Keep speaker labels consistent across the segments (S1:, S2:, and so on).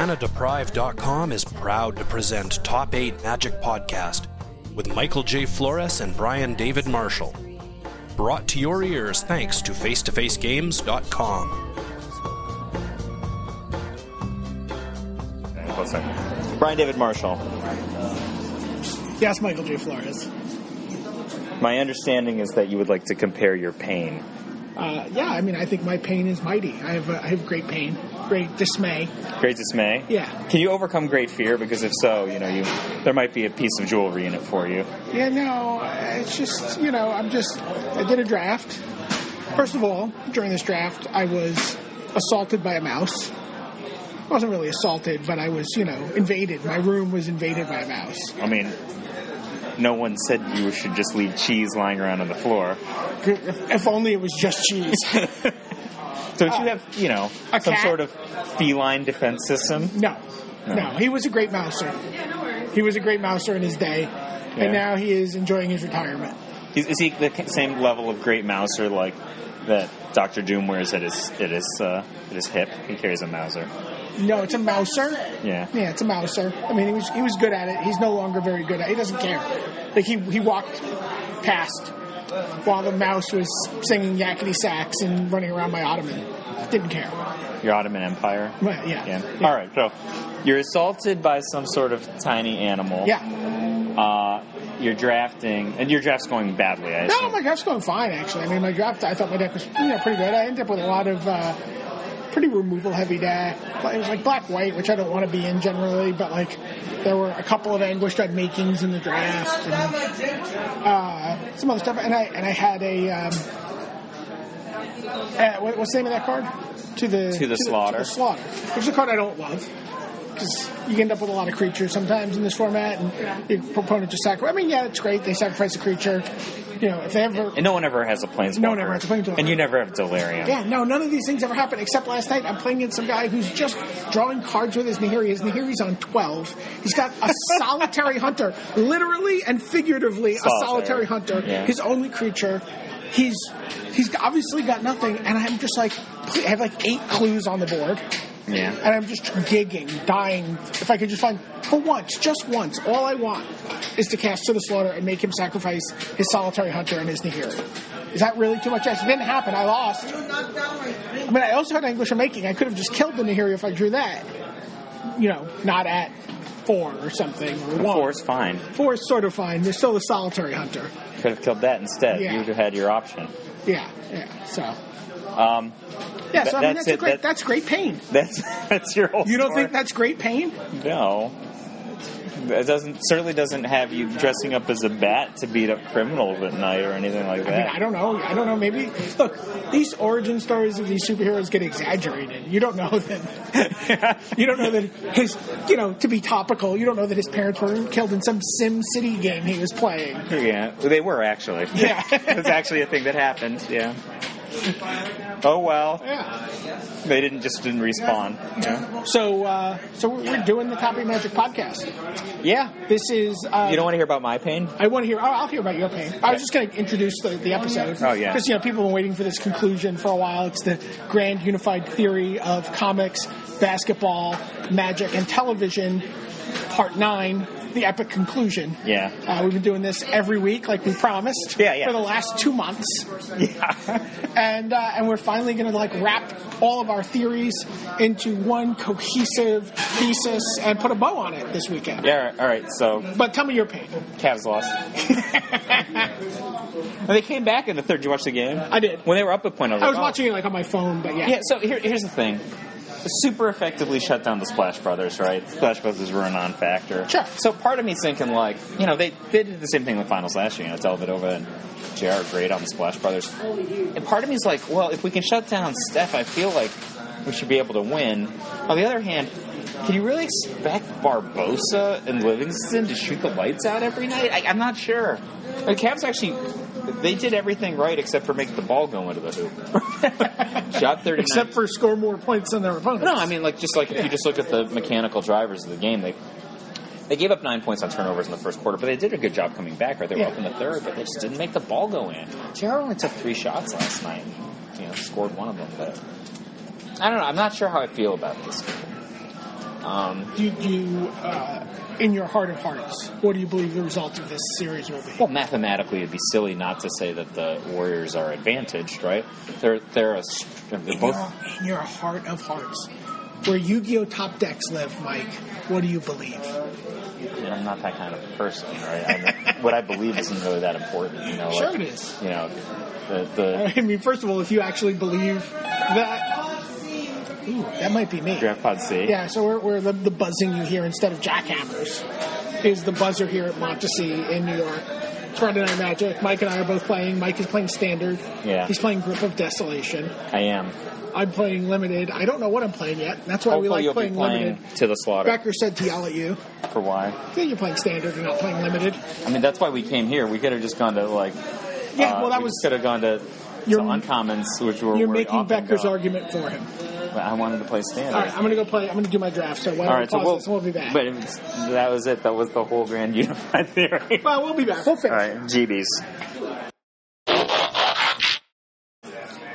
S1: ManaDeprived.com is proud to present Top 8 Magic Podcast with Michael J. Flores and Brian David Marshall. Brought to your ears thanks to FaceToFaceGames.com.
S2: Hang on a second.
S3: Brian David Marshall.
S4: Yes, Michael J. Flores.
S3: My understanding is that you would like to compare your pain.
S4: Uh, yeah, I mean, I think my pain is mighty. I have, uh, I have great pain, great dismay.
S3: Great dismay.
S4: Yeah,
S3: Can you overcome great fear? Because if so, you know you there might be a piece of jewelry in it for you.
S4: yeah. No, uh, it's just you know, I'm just. I did a draft. First of all, during this draft, I was assaulted by a mouse. I wasn't really assaulted, but I was you know invaded. My room was invaded by a mouse.
S3: I mean, no one said you should just leave cheese lying around on the floor.
S4: If, if only it was just cheese.
S3: So if you have, you know,
S4: Uh, A
S3: some
S4: cat?
S3: sort of feline defense system,
S4: No, no. He was a great mouser. He was a great mouser in his day,
S3: Yeah.
S4: and now he is enjoying his retirement.
S3: is, is he the same level of great mouser like that Doctor Doom wears at his at his uh, at his hip? He carries a mouser.
S4: No, it's a mouser.
S3: Yeah.
S4: Yeah, it's a mouser. I mean, he was he was good at it. He's no longer very good at. it. He doesn't care. Like he he walked past while the mouse was singing yakety sax and running around my ottoman. Didn't care.
S3: Your Ottoman Empire.
S4: But yeah,
S3: Yeah. All right. So you're assaulted by some sort of tiny animal.
S4: Yeah.
S3: Uh, you're drafting, and your draft's going badly. I
S4: No,
S3: assume.
S4: my draft's going fine actually. I mean, my draft. I thought my deck was you know pretty good. I ended up with a lot of. Uh, Pretty removal heavy deck. But It was like black white, which I don't want to be in generally, but like there were a couple of anguish dread makings in the draft. And, uh, some other stuff, and I and I had a um, uh, what, what's the name of that card? To the
S3: To the Slaughter.
S4: slaughter, which is a card I don't love because you end up with a lot of creatures sometimes in this format, and your proponent just sacrifice. I mean, yeah, it's great they sacrifice a creature. You know, if they ever
S3: And no one ever has a planeswalker.
S4: No one ever has a planeswalker.
S3: And you never have delirium.
S4: yeah, no, none of these things ever happen except last night. I'm playing against some guy who's just drawing cards with his Nahiri. His Nahiri's on 12. He's got a solitary hunter, literally and figuratively a
S3: Solitary.
S4: solitary hunter.
S3: Yeah.
S4: His only creature. He's he's obviously got nothing, and I'm just like, I have like eight clues on the board.
S3: Yeah.
S4: And I'm just gigging, dying. If I could just find, for once, just once, all I want is to cast to the slaughter and make him sacrifice his solitary hunter and his Nahiri. Is that really too much? ask? It didn't happen. I lost. I mean, I also had English in making. I could have just killed the Nahiri if I drew that. You know, not at four or something or
S3: The
S4: one.
S3: Four's fine.
S4: Four is sort of fine. There's still the solitary hunter.
S3: Could have killed that instead.
S4: Yeah.
S3: You would have had your option.
S4: Yeah, yeah. So,
S3: Um,
S4: yeah.
S3: Th-
S4: So I mean,
S3: that's
S4: that's,
S3: it.
S4: a great.
S3: That-
S4: that's great pain.
S3: that's that's your whole.
S4: You don't
S3: story.
S4: think that's great pain?
S3: No. It doesn't certainly doesn't have you dressing up as a bat to beat up criminals at night or anything like
S4: I mean,
S3: that.
S4: I don't know. I don't know. Maybe look, these origin stories of these superheroes get exaggerated. You don't know that. you don't know that his, you know, to be topical, you don't know that his parents were killed in some Sim City game he was playing.
S3: Yeah, they were actually.
S4: Yeah.
S3: it's actually a thing that happened. Yeah. Oh well,
S4: Yeah.
S3: they didn't just didn't respawn. Yeah.
S4: So, uh, so we're, we're doing the Copy Magic podcast.
S3: Yeah.
S4: This is. Uh,
S3: You don't want to hear about my pain?
S4: I want to hear. I'll I'll hear about your pain. I was just going to introduce the, the episode.
S3: Oh, yeah.
S4: because you know people have been waiting for this conclusion for a while. It's the grand unified theory of comics, basketball, magic, and television, part nine, the epic conclusion.
S3: Yeah.
S4: Uh, we've been doing this every week, like we promised.
S3: Yeah, yeah.
S4: For the last two months,
S3: Yeah.
S4: and uh, and we're finally going to like wrap all of our theories into one cohesive thesis and put a bow on it this weekend.
S3: yeah. Oh all right, All right. So
S4: But tell me your pain.
S3: Cavs lost. and they came back in the third. Did you watch the game?
S4: I did.
S3: When they were up a point, I was,
S4: I
S3: like,
S4: was
S3: oh.
S4: watching it like on my phone, but yeah.
S3: Yeah. So here, here's the thing. Super effectively shut down the Splash Brothers, right? Splash Brothers were a non-factor.
S4: Sure.
S3: So part of me thinking, like, you know, they, they did the same thing in the finals last year. You know, Dellavedova and JR great on the Splash Brothers. And part of me is like, well, if we can shut down Steph, I feel like we should be able to win. On the other hand, can you really expect Barbosa and Livingston to shoot the lights out every night? I, I'm not sure. The Cavs actually, they did everything right except for make the ball go into the hoop. Shot 39
S4: except for score more points than their opponents.
S3: no, I mean like just like if you just look at the mechanical drivers of the game, they they gave up nine points on turnovers in the first quarter, but they did a good job coming back. Right, they were
S4: Yeah.
S3: up in the third, but they just didn't make the ball go in. Jarrell only took three shots last night. and, You know, scored one of them, but I don't know. I'm not sure how I feel about this. Um,
S4: Do you, do you uh, in your heart of hearts, what do you believe the result of this series will be?
S3: well, mathematically, it'd be silly not to say that the Warriors are advantaged, right? They're they're, a, they're
S4: in,
S3: both
S4: your, in your heart of hearts, where Yu-Gi-Oh top decks live, Mike, what do you believe?
S3: Yeah, I'm not that kind of person, right? I'm, what I believe isn't really that important, you know. Like,
S4: Sure it is.
S3: You know, the, the
S4: I mean, first of all, if you actually believe that, ooh, that might be me.
S3: draft pod C.
S4: Yeah, so we're, we're the, the buzzing you hear instead of jackhammers is the buzzer here at Montesey in New York. It's Friday Night Magic. Mike and I are both playing. Mike is playing Standard.
S3: Yeah.
S4: He's playing Grip of Desolation.
S3: I am.
S4: I'm playing Limited. I don't know what I'm playing yet. That's why
S3: Hopefully,
S4: we
S3: you'll
S4: like playing,
S3: be playing
S4: Limited.
S3: to the slaughter
S4: Becker said to yell at you.
S3: for why?
S4: Yeah, you're playing Standard. You're not playing Limited.
S3: I mean, that's why we came here. We could have just gone to like.
S4: Yeah,
S3: uh,
S4: well, that
S3: we
S4: was-
S3: could have gone to, to
S4: You're-
S3: uncommons, which were where
S4: You're
S3: we
S4: making
S3: often
S4: Becker's
S3: go.
S4: argument for him.
S3: But I wanted to play standard.
S4: All right, I'm going to go play. I'm going to do my draft. So why don't
S3: All
S4: we
S3: right,
S4: pause
S3: so we'll,
S4: this and we'll be back.
S3: But it was- that was it. That was the whole grand unified theory.
S4: well, we'll be back. We'll finish.
S3: All right, GBs.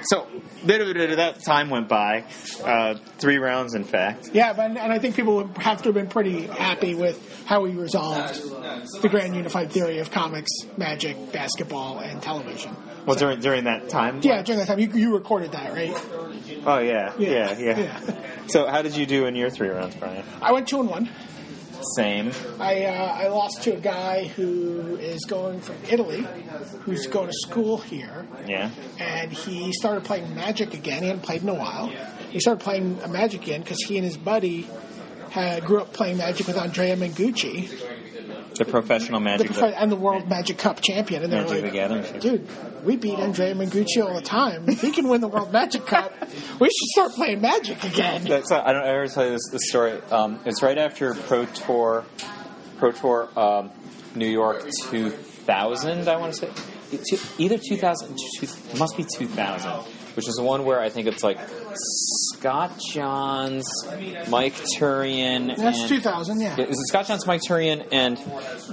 S3: So, bit of bit of that time went by. Uh, three rounds, in fact.
S4: Yeah, but, and I think people would have to have been pretty happy with how we resolved the grand unified theory of comics, magic, basketball, and television.
S3: Well, during during that time.
S4: Yeah, during that time, you, you recorded that, right?
S3: Oh yeah, yeah, yeah.
S4: yeah.
S3: So, how did you do in your three rounds, Brian?
S4: I went two and one.
S3: Same.
S4: I, uh, I lost to a guy who is going from Italy, who's going to school here,
S3: Yeah.
S4: and he started playing Magic again. He hadn't played in a while. He started playing uh, Magic again because he and his buddy had, grew up playing Magic with Andrea Mengucci,
S3: The professional
S4: the
S3: magic.
S4: prof- and the World Magic Cup champion. And they were
S3: Magic
S4: like,
S3: the Gathering.
S4: dude, we beat Andrea Mengucci all the time. If he can win the World Magic Cup, we should start playing Magic again.
S3: That's I don't ever tell you this, this story. Um, it's right after Pro Tour, Pro Tour um, New York 2000. I want to say It- two- either 2000, two, it must be 2000, which is the one where I think it's like Scott Johns, Mike Turian.
S4: That's
S3: and-
S4: 2000, yeah.
S3: Yeah, Is it Scott Johns, Mike Turian, and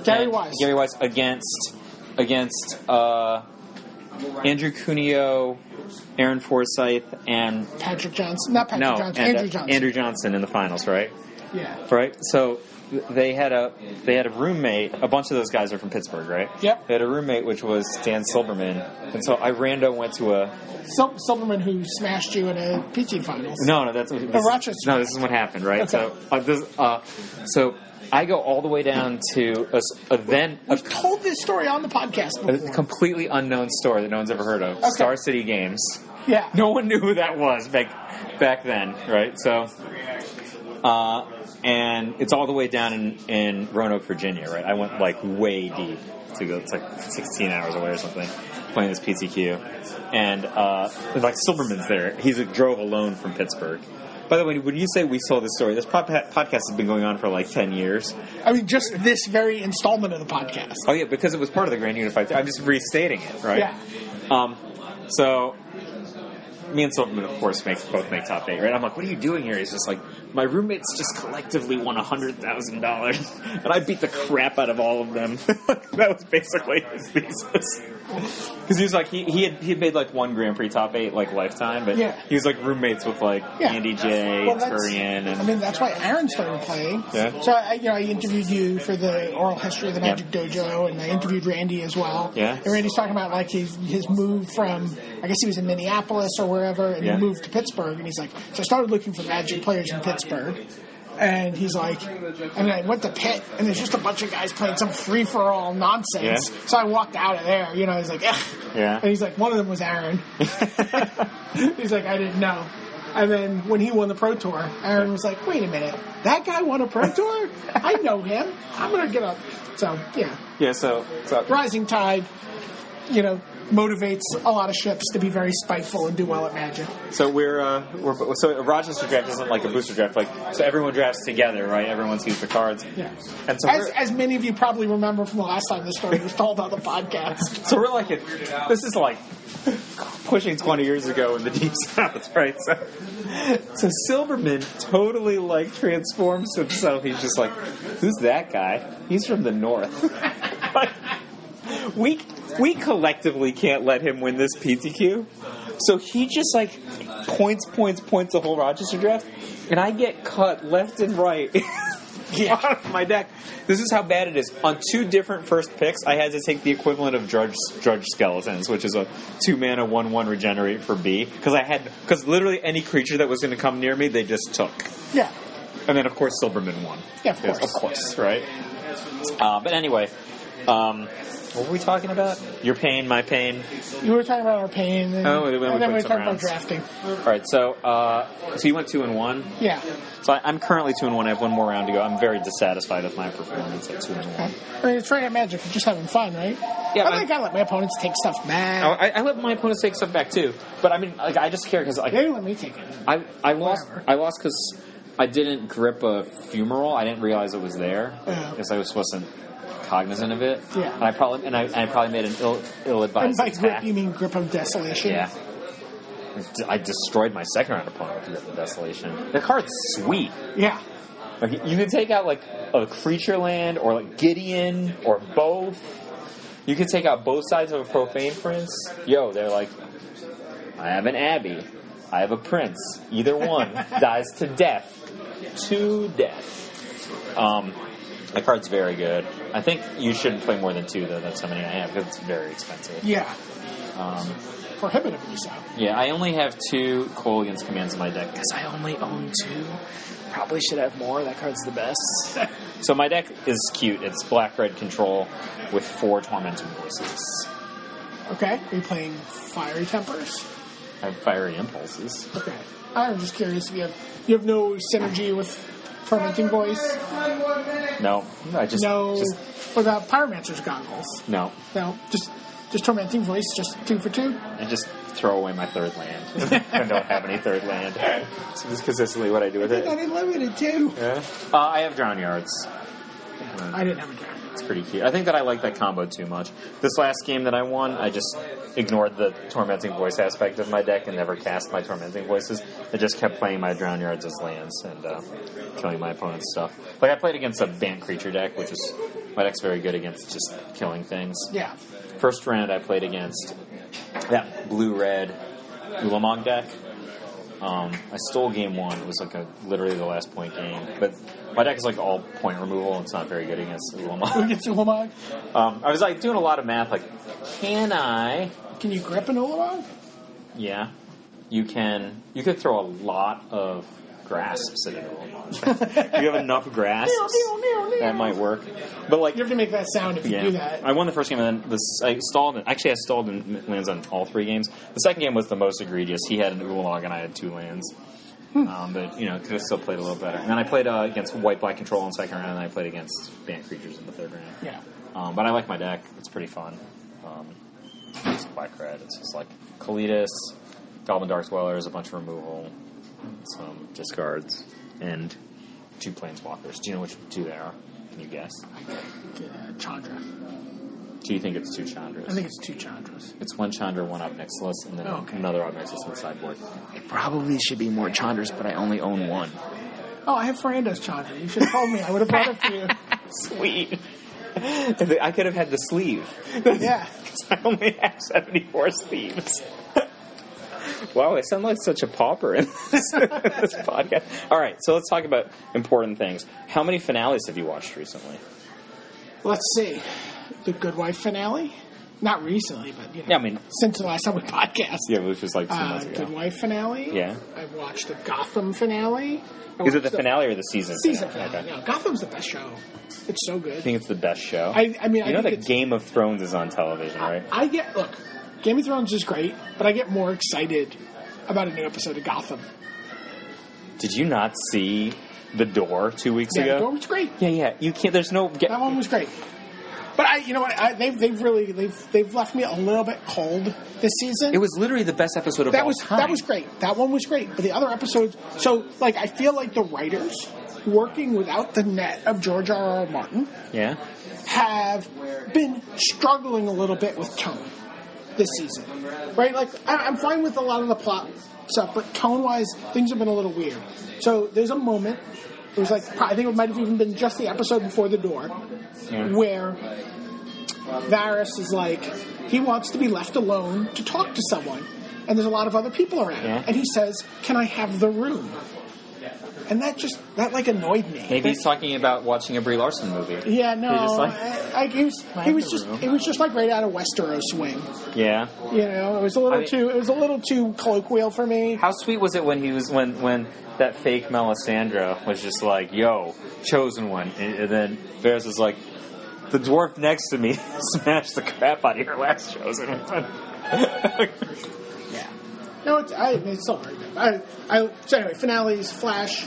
S4: Gary
S3: and
S4: Wise.
S3: Gary Wise against against uh, Andrew Cuneo, Aaron Forsyth, and
S4: Patrick Johnson. Not Patrick
S3: no,
S4: Johnson.
S3: and, uh,
S4: Andrew Johnson.
S3: Andrew Johnson in the finals, right?
S4: Yeah.
S3: Right. So th- they had a they had a roommate. A bunch of those guys are from Pittsburgh, right?
S4: Yep.
S3: They had a roommate which was Dan Silberman, and so I rando went to a
S4: Sil- Silverman, who smashed you in a PT finals.
S3: no no that's this,
S4: Rochester.
S3: no this is what happened right
S4: Okay.
S3: so uh, this, uh, so I go all the way down to a, s- a then a
S4: We've told this story on the podcast
S3: a
S4: before.
S3: completely unknown store that no one's ever heard of, Star City Games.
S4: yeah.
S3: No one knew who that was back back then, right? So, uh, and it's all the way down in, in Roanoke, Virginia, right? I went like way deep to go. It's like 16 hours away or something, playing this PTQ, and uh, like Silverman's there. He's a drove alone from Pittsburgh. By the way, when you say we sold this story, this pod- podcast has been going on for like 10 years.
S4: I mean, just this very installment of the podcast.
S3: Oh yeah, because it was part of the Grand Unified. Theory. I'm just restating it, right?
S4: Yeah.
S3: Um, so me and Silverman, of course, make both make top eight, right? I'm like, what are you doing here? He's just like, my roommates just collectively won hundred thousand dollars, and I beat the crap out of all of them. that was basically his thesis. Because he was like, he, he had he had made like one Grand Prix top eight like lifetime, but
S4: Yeah.
S3: he was like roommates with like
S4: Yeah.
S3: Andy J,
S4: Well, that's-
S3: Turian, and
S4: I mean, that's why Aaron started playing.
S3: Yeah.
S4: So I, you know, I interviewed you for the oral history of the
S3: Yeah.
S4: Magic Dojo, and I interviewed Randy as well.
S3: Yeah.
S4: And Randy's talking about like his his move from, I guess he was in Minneapolis or wherever, and
S3: Yeah.
S4: he moved to Pittsburgh, and he's like, so I started looking for Magic players in Pittsburgh. And he's like, and I went to Pitt, and there's just a bunch of guys playing some free for all nonsense.
S3: Yeah.
S4: So I walked out of there, you know. He's like, Ugh.
S3: Yeah.
S4: And he's like, one of them was Aaron. He's like, I didn't know. And then when he won the Pro Tour, Aaron was like, wait a minute, that guy won a Pro Tour? I know him. I'm going to get up. So, yeah.
S3: yeah. So, so
S4: Rising Tide, you know, motivates a lot of ships to be very spiteful and do well at Magic.
S3: So we're, uh, we're so a Rochester draft isn't like a booster draft. Like so, everyone drafts together, right? Everyone sees the cards.
S4: Yeah.
S3: And so,
S4: As,
S3: we're,
S4: as many of you probably remember from the last time this story was told on the podcast.
S3: so we're like, at, this is like pushing 20 years ago in the deep south, right? So, so Silverman totally like transforms himself. He's just like, who's that guy? He's from the north. Like, we we collectively can't let him win this PTQ. So he just like points, points, points the whole Rochester draft, and I get cut left and right. out of my deck. This is how bad it is. On two different first picks, I had to take the equivalent of Drudge, Drudge Skeletons, which is a two mana one one regenerate for B, because I had because literally any creature that was going to come near me, they just took.
S4: Yeah.
S3: And then, of course, Silberman won.
S4: Yeah, of
S3: Yes,
S4: course.
S3: Of course, right? Uh, but anyway, um, what were we talking about? Your pain, my pain.
S4: You were talking about our pain, and,
S3: Oh, then we
S4: and then we were
S3: played some
S4: talking about
S3: rounds.
S4: drafting.
S3: All right, so uh, so you went two and one.
S4: Yeah.
S3: So I, I'm currently two and one. I have one more round to go. I'm very dissatisfied with my performance at two and one.
S4: I mean, it's right at Magic. We're just having fun, right?
S3: Yeah,
S4: I
S3: but-
S4: think I let my opponents take stuff
S3: Oh,
S4: back.
S3: I, I let my opponents take stuff back too, but I mean, like, I just care because like,
S4: They let me take it.
S3: I I lost
S4: Whatever.
S3: I lost because I didn't grip a fumeral. I didn't realize it was there
S4: Yeah.
S3: because I was wasn't cognizant of it.
S4: Oh. Yeah.
S3: and I probably and I, and I probably made an ill ill
S4: And
S3: advised
S4: by grip,
S3: attack.
S4: you mean grip of desolation.
S3: yeah. I destroyed my second round opponent with the Desolation. The card's sweet.
S4: Yeah.
S3: Like you could take out like a creature land or like Gideon or both. You could take out both sides of a profane prince. Yo, they're like, I have an abbey, I have a prince. Either one dies to death, to death. Um, that card's very good. I think you shouldn't play more than two though. That's how many I have because it's very expensive.
S4: Yeah.
S3: Um,
S4: Prohibitively so.
S3: yeah, I only have two Coligan's commands in my deck because I only own two. Probably should have more. That card's the best. so my deck is cute. It's black red control with four tormenting voices.
S4: Okay. Are you playing Fiery Tempers?
S3: I have fiery impulses.
S4: Okay. I'm just curious if you have you have no synergy with Fermenting Voice.
S3: No, I just
S4: no
S3: just
S4: or the pyromancer's goggles.
S3: no.
S4: No, just just tormenting voice, just two for two.
S3: I just throw away my third land. I don't have any third land. So this is consistently what I do with it.
S4: unlimited too.
S3: Yeah. Uh, I have drown yards.
S4: I didn't have a dragon.
S3: It's pretty cute. I think that I like that combo too much. This last game that I won, I just ignored the tormenting voice aspect of my deck and never cast my tormenting voices. I just kept playing my drown yards as lands and uh, killing my opponent's stuff. Like I played against a banned creature deck, which is my deck's very good against just killing things.
S4: Yeah.
S3: First round I played against that blue red Ulamog deck. Um, I stole game one. It was like a literally the last point game, but my deck is like all point removal. and It's not very good against Ulamog.
S4: Who gets Ulamog?
S3: Um, I was like doing a lot of math, like, can I?
S4: Can you grip an Ulamog?
S3: Yeah, you can. You could throw a lot of grasps at an Ulamog. you have enough grasps. That might work, but like
S4: You have to make that sound if you
S3: yeah,
S4: do that.
S3: I won the first game and then this I stalled. And, actually, I stalled and lands on all three games. The second game was the most egregious. He had an Ulamog and I had two lands.
S4: Hmm.
S3: Um, but you know, could have still played a little better. And then I played uh, against White Black Control in the second round, and I played against Banned Creatures in the third round.
S4: yeah.
S3: Um, but I like my deck. It's pretty fun. Um, it's black red. It's just like Kalidas, Goblin Dark Dwellers, a bunch of removal, some discards, and two Planeswalkers. Do you know which two they are? Can you guess?
S4: Uh, Chandra.
S3: Do you think it's two Chandras?
S4: I think it's two Chandras.
S3: it's one Chandra, one Obnixilus, and then
S4: Oh, okay.
S3: another Obnixilus in the sideboard.
S5: It probably should be more Chandras, but I only own one.
S4: Oh, I have Ferrando's Chandra. You should have told me. I would have brought it for you.
S3: Sweet. I could have had the sleeve.
S4: Yeah.
S3: I only have 74 sleeves. wow, I sound like such a pauper in this, this podcast. All right, so let's talk about important things. How many finales have you watched recently?
S4: Let's see. The Good Wife finale? Not recently, but you know,
S3: Yeah, I mean-
S4: since the last time we podcast.
S3: Yeah, which was like two months
S4: Uh,
S3: ago.
S4: Good Wife finale.
S3: Yeah.
S4: I watched the Gotham finale. I
S3: Is it
S4: watched
S3: the finale or the season?
S4: Season
S3: finale?
S4: finale.
S3: Okay.
S4: No, Gotham's the best show. It's so
S3: I
S4: good.
S3: think it's the best show.
S4: I, I mean, I
S3: you know
S4: think
S3: that
S4: it's-
S3: Game of Thrones is on television, right?
S4: I get look, Game of Thrones is great, but I get more excited about a new episode of Gotham.
S3: Did you not see The Door two weeks
S4: Yeah,
S3: ago?
S4: The Door was great.
S3: Yeah, yeah. You can't. There's no. Get,
S4: That one was great. But I, you know what? I, they've they've really they've they've left me a little bit cold this season.
S3: it was literally the best episode of
S4: that
S3: all
S4: was
S3: time.
S4: that was great. That one was great. But the other episodes, so like I feel like the writers working without the net of George R. R. Martin
S3: Yeah.
S4: have been struggling a little bit with tone this season, right? Like I- I'm fine with a lot of the plot stuff, but tone-wise, things have been a little weird. So there's a moment. It was like I think it might have even been just the episode before the door,
S3: Yeah.
S4: where Varys is like he wants to be left alone to talk to someone, and there's a lot of other people around.
S3: Yeah.
S4: And he says, "Can I have the room?" And that just that like annoyed me.
S3: Maybe he's talking about watching a Brie Larson movie.
S4: Yeah, no.
S3: He's just like-
S4: I, I, he was, he was just it was just like right out of Westeros Wing.
S3: Yeah.
S4: You know, it was a little
S3: I mean-
S4: too it was a little too colloquial for me.
S3: How sweet was it when he was when when that fake Melisandre was just like, "Yo, chosen one," and, and then Varys was like, "The dwarf next to me smashed the crap out of your last chosen one."
S4: Yeah. No, it's I it's still very good. I, I so anyway, finales, Flash.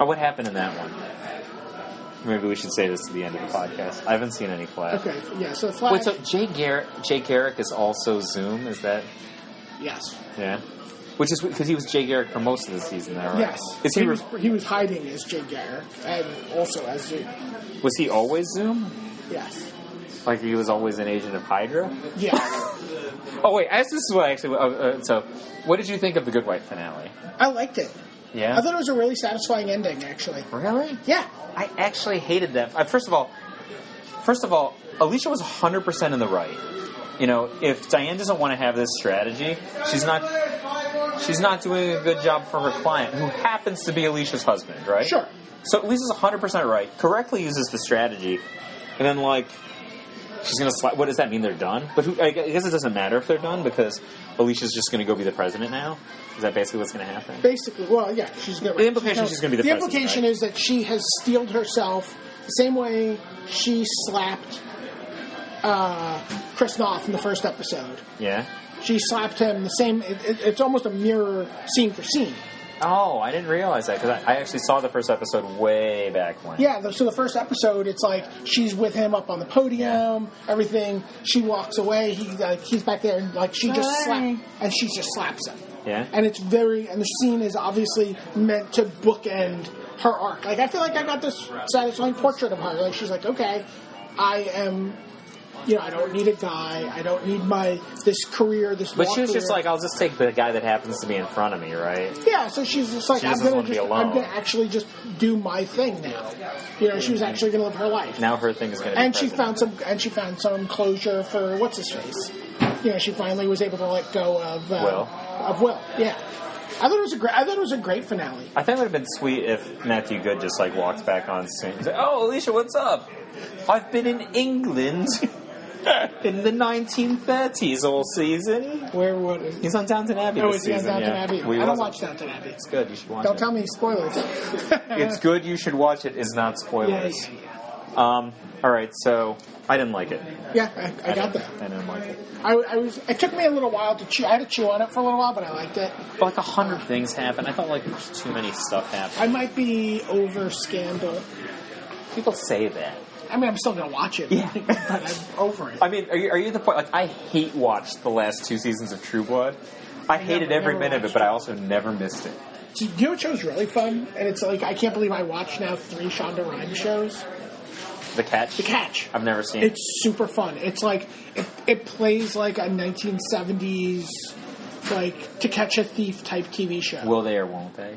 S3: oh, what happened in that one? Maybe we should say this at the end of the podcast. I haven't seen any Flash.
S4: Okay, yeah. So Flash.
S3: Wait, so Jay Garrick, Jay Garrick is also Zoom? Is that
S4: yes.
S3: yeah? Which is because he was Jay Garrick for most of the season, there, right?
S4: Yes.
S3: Is he re-
S4: was, he was hiding as Jay Garrick and also as Zoom.
S3: was he always Zoom?
S4: Yes.
S3: Like he was always an agent of Hydra?
S4: Yeah.
S3: Oh wait, I, this is what I actually. Uh, uh, so, what did you think of the Good Wife finale?
S4: I liked it.
S3: Yeah.
S4: I thought it was a really satisfying ending, actually.
S3: really?
S4: Yeah.
S3: I actually hated that. I, first of all, first of all, Alicia was 100 percent in the right. You know, if Diane doesn't want to have this strategy, she's not. She's not doing a good job for her client, who happens to be Alicia's husband, right?
S4: Sure.
S3: So Lisa's 100% right. Correctly uses the strategy, and then like she's gonna slide. What does that mean? They're done? But who, I gu- I guess it doesn't matter if they're done because Alicia's just gonna go be the president now. Is that basically what's gonna happen?
S4: Basically, well, yeah, she's gonna.
S3: The implication is she's gonna be the
S4: The
S3: president,
S4: implication
S3: right?
S4: is that she has steeled herself the same way she slapped uh, Chris Noth in the first episode.
S3: Yeah.
S4: She slapped him the same. It, it, it's almost a mirror scene for scene.
S3: Oh, I didn't realize that because I, I actually saw the first episode way back when.
S4: Yeah, the- so the first episode, it's like she's with him up on the podium, everything. She walks away. He like he's back there, and like she just slap, and she just slaps him.
S3: Yeah.
S4: and it's very and the scene is obviously meant to bookend her arc. Like I feel like I got this satisfying portrait of her. Like she's like, okay, I am. You know, I don't need a guy. I don't need my this career. This.
S3: But
S4: law
S3: she was just
S4: career.
S3: like, I'll just take the guy that happens to be in front of me, right?
S4: Yeah, so she's just like,
S3: She
S4: I'm
S3: doesn't
S4: gonna
S3: wanna be
S4: just,
S3: alone.
S4: I'm gonna actually just do my thing now. You know, she was actually gonna live her life.
S3: Mm-hmm. Now her thing is gonna. be
S4: and she
S3: president.
S4: found some, and she found some closure for what's his face. You know, she finally was able to let go of uh,
S3: Will.
S4: Of Will, yeah. I thought it was a great. I thought it was a great finale.
S3: I think it would have been sweet if Matthew Good just like walked back on scene. He's like, "Oh, Alicia, what's up? I've been in England in the 1930s all season."
S4: Where would? it-
S3: He's on Downton Abbey.
S4: Oh,
S3: this
S4: is he on
S3: season,
S4: Downton
S3: yeah.
S4: Abbey?
S3: We
S4: I
S3: wasn't.
S4: don't watch Downton Abbey.
S3: It's good. You should watch
S4: Don't
S3: it.
S4: tell me spoilers.
S3: It's good. You should watch it. Is not spoilers.
S4: Yeah,
S3: Um, all right. So I didn't like it.
S4: Yeah, I, I
S3: didn't-
S4: got that.
S3: I didn't like it.
S4: I, I was. It took me a little while to chew. I had to chew on it for a little while, but I liked it.
S3: But like a hundred things happened. I felt like there was too many stuff happened.
S4: I might be over scandal.
S3: People say that.
S4: I mean, I'm still gonna watch it.
S3: Yeah.
S4: but I'm over it.
S3: I mean, are you, are you at the point? Like, I hate watched the last two seasons of True Blood. I hated
S4: never-
S3: every
S4: never
S3: minute of it,
S4: watched
S3: but I
S4: it.
S3: also never missed it.
S4: Do you know what show's really fun? And it's like I can't believe I watch now three Shonda Rhimes shows.
S3: The Catch.
S4: The Catch.
S3: I've never seen it.
S4: It's super fun. It's like it, it plays like a 1970s like To Catch a Thief type TV show.
S3: Will they or won't they?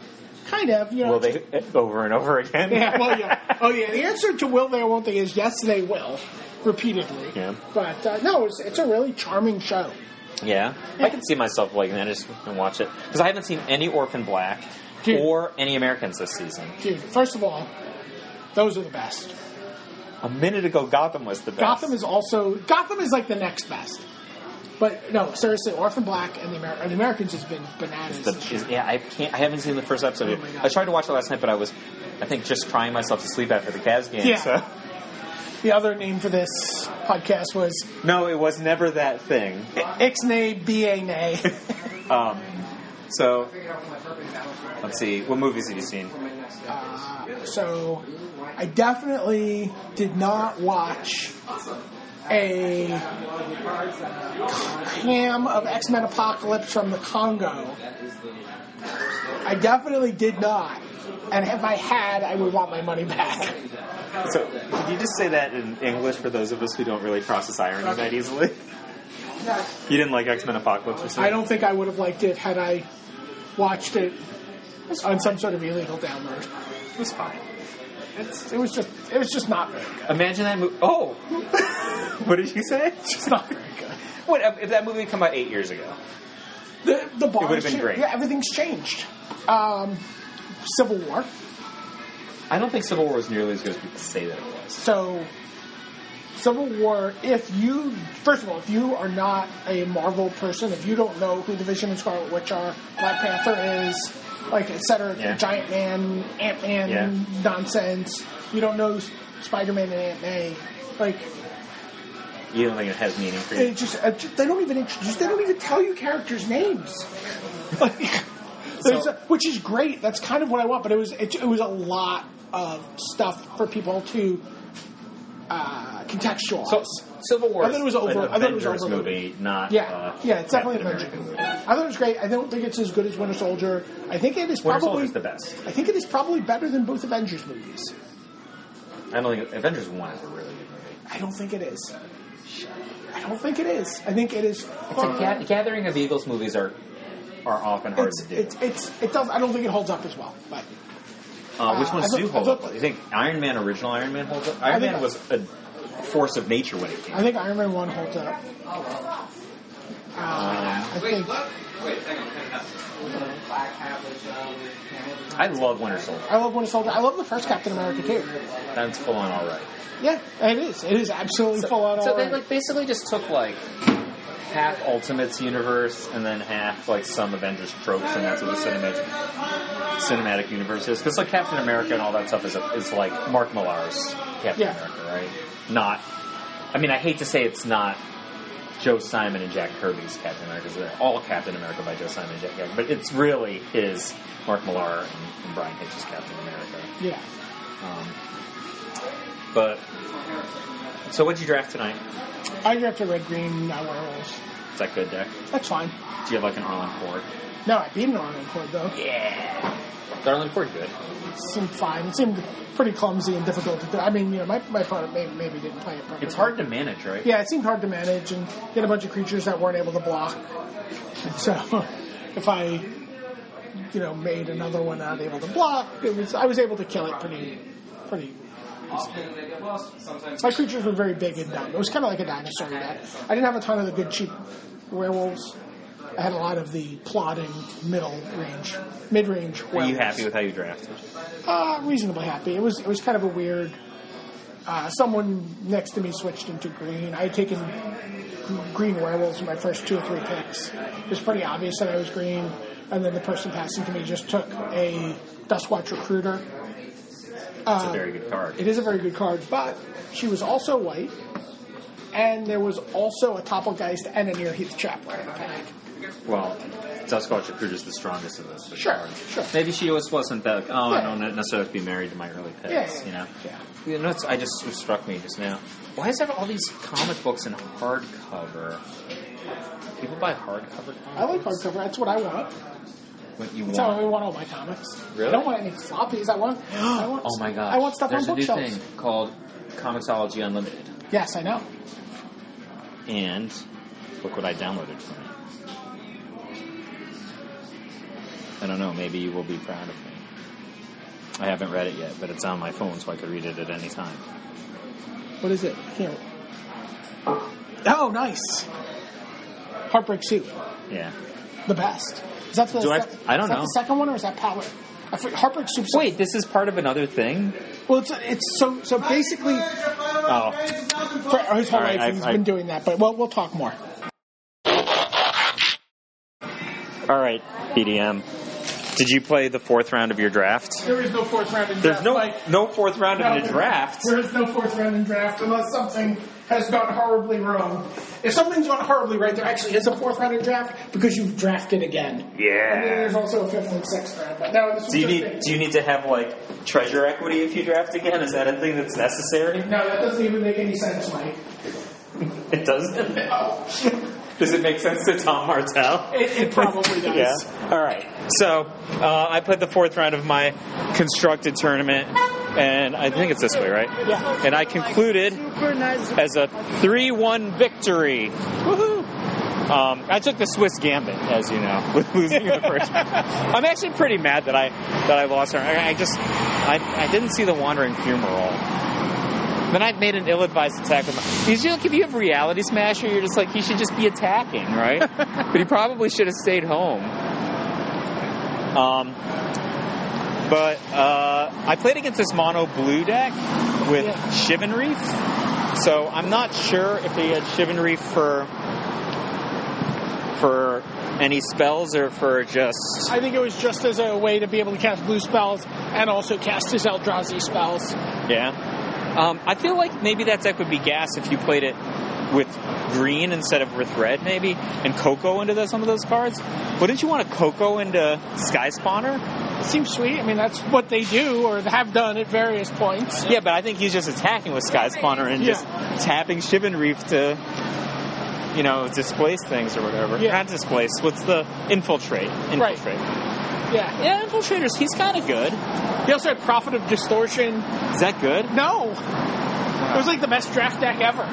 S4: kind of. You know,
S3: Will they over and over again?
S4: yeah, well, yeah. Oh, yeah. The answer to will they or won't they is yes, they will, repeatedly.
S3: Yeah.
S4: But uh, no, it's, it's a really charming show.
S3: Yeah. I can see myself like that. I just can watch it because I haven't seen any Orphan Black
S4: Dude.
S3: or any Americans this season.
S4: Dude, first of all, those are the best.
S3: A minute ago, Gotham was the best.
S4: Gotham is also Gotham is like the next best. But no, seriously, Orphan Black and the, Amer- and the Americans has been bananas.
S3: The, is, yeah, I can't. I haven't seen the first episode.
S4: Oh my
S3: yet.
S4: God.
S3: I tried to watch it last night, but I was, I think, just crying myself to sleep after the Cavs game.
S4: Yeah.
S3: So.
S4: the other name for this podcast was
S3: No, it was never that thing.
S4: Ixnay Nay.
S3: Um, so, let's see. What movies have you seen?
S4: So I definitely did not watch a cam of X Men Apocalypse from the Congo. I definitely did not. And if I had, I would want my money back.
S3: So, could you just say that in English for those of us who don't really process irony that easily? You didn't like X Men Apocalypse or something?
S4: I don't think I would have liked it had I watched it on some sort of illegal download.
S3: It was fine.
S4: It's, it was just it was just not very good.
S3: Imagine that movie. Oh! what did you say? uh,
S4: It's not very good.
S3: What, if that movie come out eight years ago?
S4: The, the bar
S3: would've been great.
S4: Yeah, everything's changed. Um, Civil War.
S3: I don't think Civil War was nearly as good as people say that it was.
S4: So, Civil War, if you, first of all, if you are not a Marvel person, if you don't know who the Vision and Scarlet Witch are, Black Panther is, like, et cetera,
S3: Yeah.
S4: Giant Man, Ant Man
S3: Yeah.
S4: nonsense, you don't know Spider Man and Aunt May, like,
S3: You don't think it has meaning for
S4: they
S3: you?
S4: just, uh, ju- they don't even introduce, they don't even tell you characters' names. like, there's a- which is great. That's kind of what I want, but it was it, it was a lot of stuff for people to uh, contextualize.
S3: So, Civil War
S4: I thought it was
S3: is
S4: over-
S3: an
S4: I thought it was
S3: Avengers
S4: overloaded.
S3: movie, not
S4: Yeah,
S3: uh,
S4: yeah, it's definitely an
S3: Captain America
S4: Avenger.
S3: movie.
S4: I thought it was great. I don't think it's as good as Winter Soldier. I think it is
S3: Winter
S4: probably
S3: Soldier's the best.
S4: I think it is probably better than both Avengers movies.
S3: I don't think Avengers One is a really good movie.
S4: I don't think it is. I don't think it is. I think it is.
S3: It's a ga- gathering of eagles movies are are often hard
S4: It's,
S3: to do.
S4: it's it's it does. I don't think it holds up as well. But
S3: uh, which
S4: uh,
S3: ones
S4: I
S3: do
S4: looked-
S3: hold
S4: I
S3: up?
S4: looked-
S3: You think Iron Man original Iron Man holds up? Iron
S4: think-
S3: Man was a force of nature when it came.
S4: I think Iron Man one holds up. Uh, I think
S3: I love Winter Soldier.
S4: I love Winter Soldier. I love the first Captain America too.
S3: That's full on all right.
S4: Yeah, it is. It is absolutely full on.
S3: so
S4: all
S3: they
S4: right.
S3: like basically just took like half Ultimates universe and then half like some Avengers tropes, and that's what the cinematic cinematic universe is. Because like Captain America and all that stuff is a, is like Mark Millar's Captain
S4: Yeah.
S3: America, right? Not. I mean, I hate to say it's not. Joe Simon and Jack Kirby's Captain America. 'cause They're all Captain America by Joe Simon and Jack Kirby, but it's really his Mark Millar and, and Brian Hitch's Captain America.
S4: yeah.
S3: Um, but so what'd you draft tonight?
S4: I drafted red green. I want rolls.
S3: Is that good deck?
S4: That's fine.
S3: Do you have like an Arlen Ford?
S4: No, I beat an Arlen Cord though.
S3: Yeah. Is Arlen Ford good?
S4: seemed fine. It seemed pretty clumsy and difficult to do. I mean, you know, my, my opponent maybe, maybe didn't play it perfectly.
S3: It's hard to manage, right?
S4: Yeah, it seemed hard to manage and get a bunch of creatures that weren't able to block. So if I, you know, made another one not able to block, it was I was able to kill it pretty, pretty. easily. My creatures were very big and dumb. It was kind of like a dinosaur deck. I didn't have a ton of the good cheap werewolves. I had a lot of the plodding middle range, mid range.
S3: Are you happy with how you drafted?
S4: Uh, reasonably happy. It was it was kind of a weird. Uh, someone next to me switched into green. I had taken gr- green werewolves in my first two or three picks. It was pretty obvious that I was green, and then the person passing to me just took a Dustwatch recruiter.
S3: It's a very good card.
S4: It is a very good card, but she was also white, and there was also a Toppelgeist and a Near Heath Chaplain in the pack.
S3: Well, Sasquatch Recruiter is the strongest of those. three
S4: Sure,
S3: cards.
S4: sure.
S3: Maybe she just wasn't that. Oh, I
S4: Yeah.
S3: don't necessarily have to be married to my early
S4: Yeah,
S3: picks.
S4: yeah,
S3: you know.
S4: yeah.
S3: You know, it's, I just it struck me just now. Why is there all these comic books in hardcover? People buy hardcover. Comics?
S4: I like hardcover. That's what I want.
S3: What you
S4: That's how I
S3: want?
S4: want all my comics.
S3: Really?
S4: I don't want any floppies. I want. I want
S3: Oh my god!
S4: I want stuff
S3: There's
S4: on bookshelves.
S3: a new thing called Comixology Unlimited,
S4: Yes, I know.
S3: and look what I downloaded from it. I don't know. Maybe you will be proud of me. I haven't read it yet, but it's on my phone, so I could read it at any time.
S4: What is it? Here. Oh, nice. Heartbreak Soup,
S3: Yeah.
S4: the best. Is that the?
S3: Do I-
S4: sec-
S3: I don't
S4: is that
S3: know.
S4: the second one, or is that Power? I forget- Heartbreak Soup.
S3: Wait, this is part of another thing.
S4: Well, it's, it's so so basically.
S3: Oh,
S4: For his whole
S3: All right,
S4: life,
S3: I-
S4: he's
S3: I-
S4: been doing that, but we'll, we'll talk more.
S3: all right, PDM. Did you play the fourth round of your draft?
S4: There is no fourth round in
S3: There's no no fourth round of the draft.
S4: There is no fourth round in draft unless something has gone horribly wrong. If something's gone horribly right, there actually is a fourth round in draft because you've drafted again.
S3: Yeah.
S4: And then there's also a fifth and sixth round. But no, this was
S3: Do you need
S4: just a-
S3: do you need to have like treasure equity if you draft again? Is that a thing that's necessary?
S4: No, that doesn't even make any sense, Mike.
S3: It doesn't. Does it make sense to Tom Martell?
S4: It, it probably does.
S3: Yeah. All right. So uh, I played the fourth round of my constructed tournament, and I think it's this way, right?
S4: Yeah.
S3: And I concluded as a three-one victory. Woohoo! Um, I took the Swiss gambit, as you know, with losing the first. round. I'm actually pretty mad that I that I lost her. I, I just I, I didn't see the Wandering Fumarole. Then I've made an ill-advised attack. On my, because you like, if you have Reality Smasher, you're just like he should just be attacking, right? but he probably should have stayed home. Um, but uh, I played against this mono blue deck with
S6: Yeah.
S3: Chivalry, so I'm not sure if they had Chivalry for for any spells or for just
S6: I think it was just as a way to be able to cast blue spells and also cast his Eldrazi spells.
S3: Yeah. Um, I feel like maybe that deck would be gas if you played it with green instead of with red, maybe, and Coco into the, some of those cards. Wouldn't you want a Coco into Sky Spawner?
S6: Seems sweet. I mean, that's what they do or have done at various points.
S3: Yeah, but I think he's just attacking with Sky Spawner and just tapping Shivan Reef to, you know, displace things or whatever.
S6: Yeah.
S3: Not displace. What's the infiltrate? Infiltrate.
S6: Yeah.
S3: Yeah, infiltrators. He's kind of good.
S6: He also had Prophet of Distortion.
S3: Is that good?
S6: No! It was like the best draft deck ever.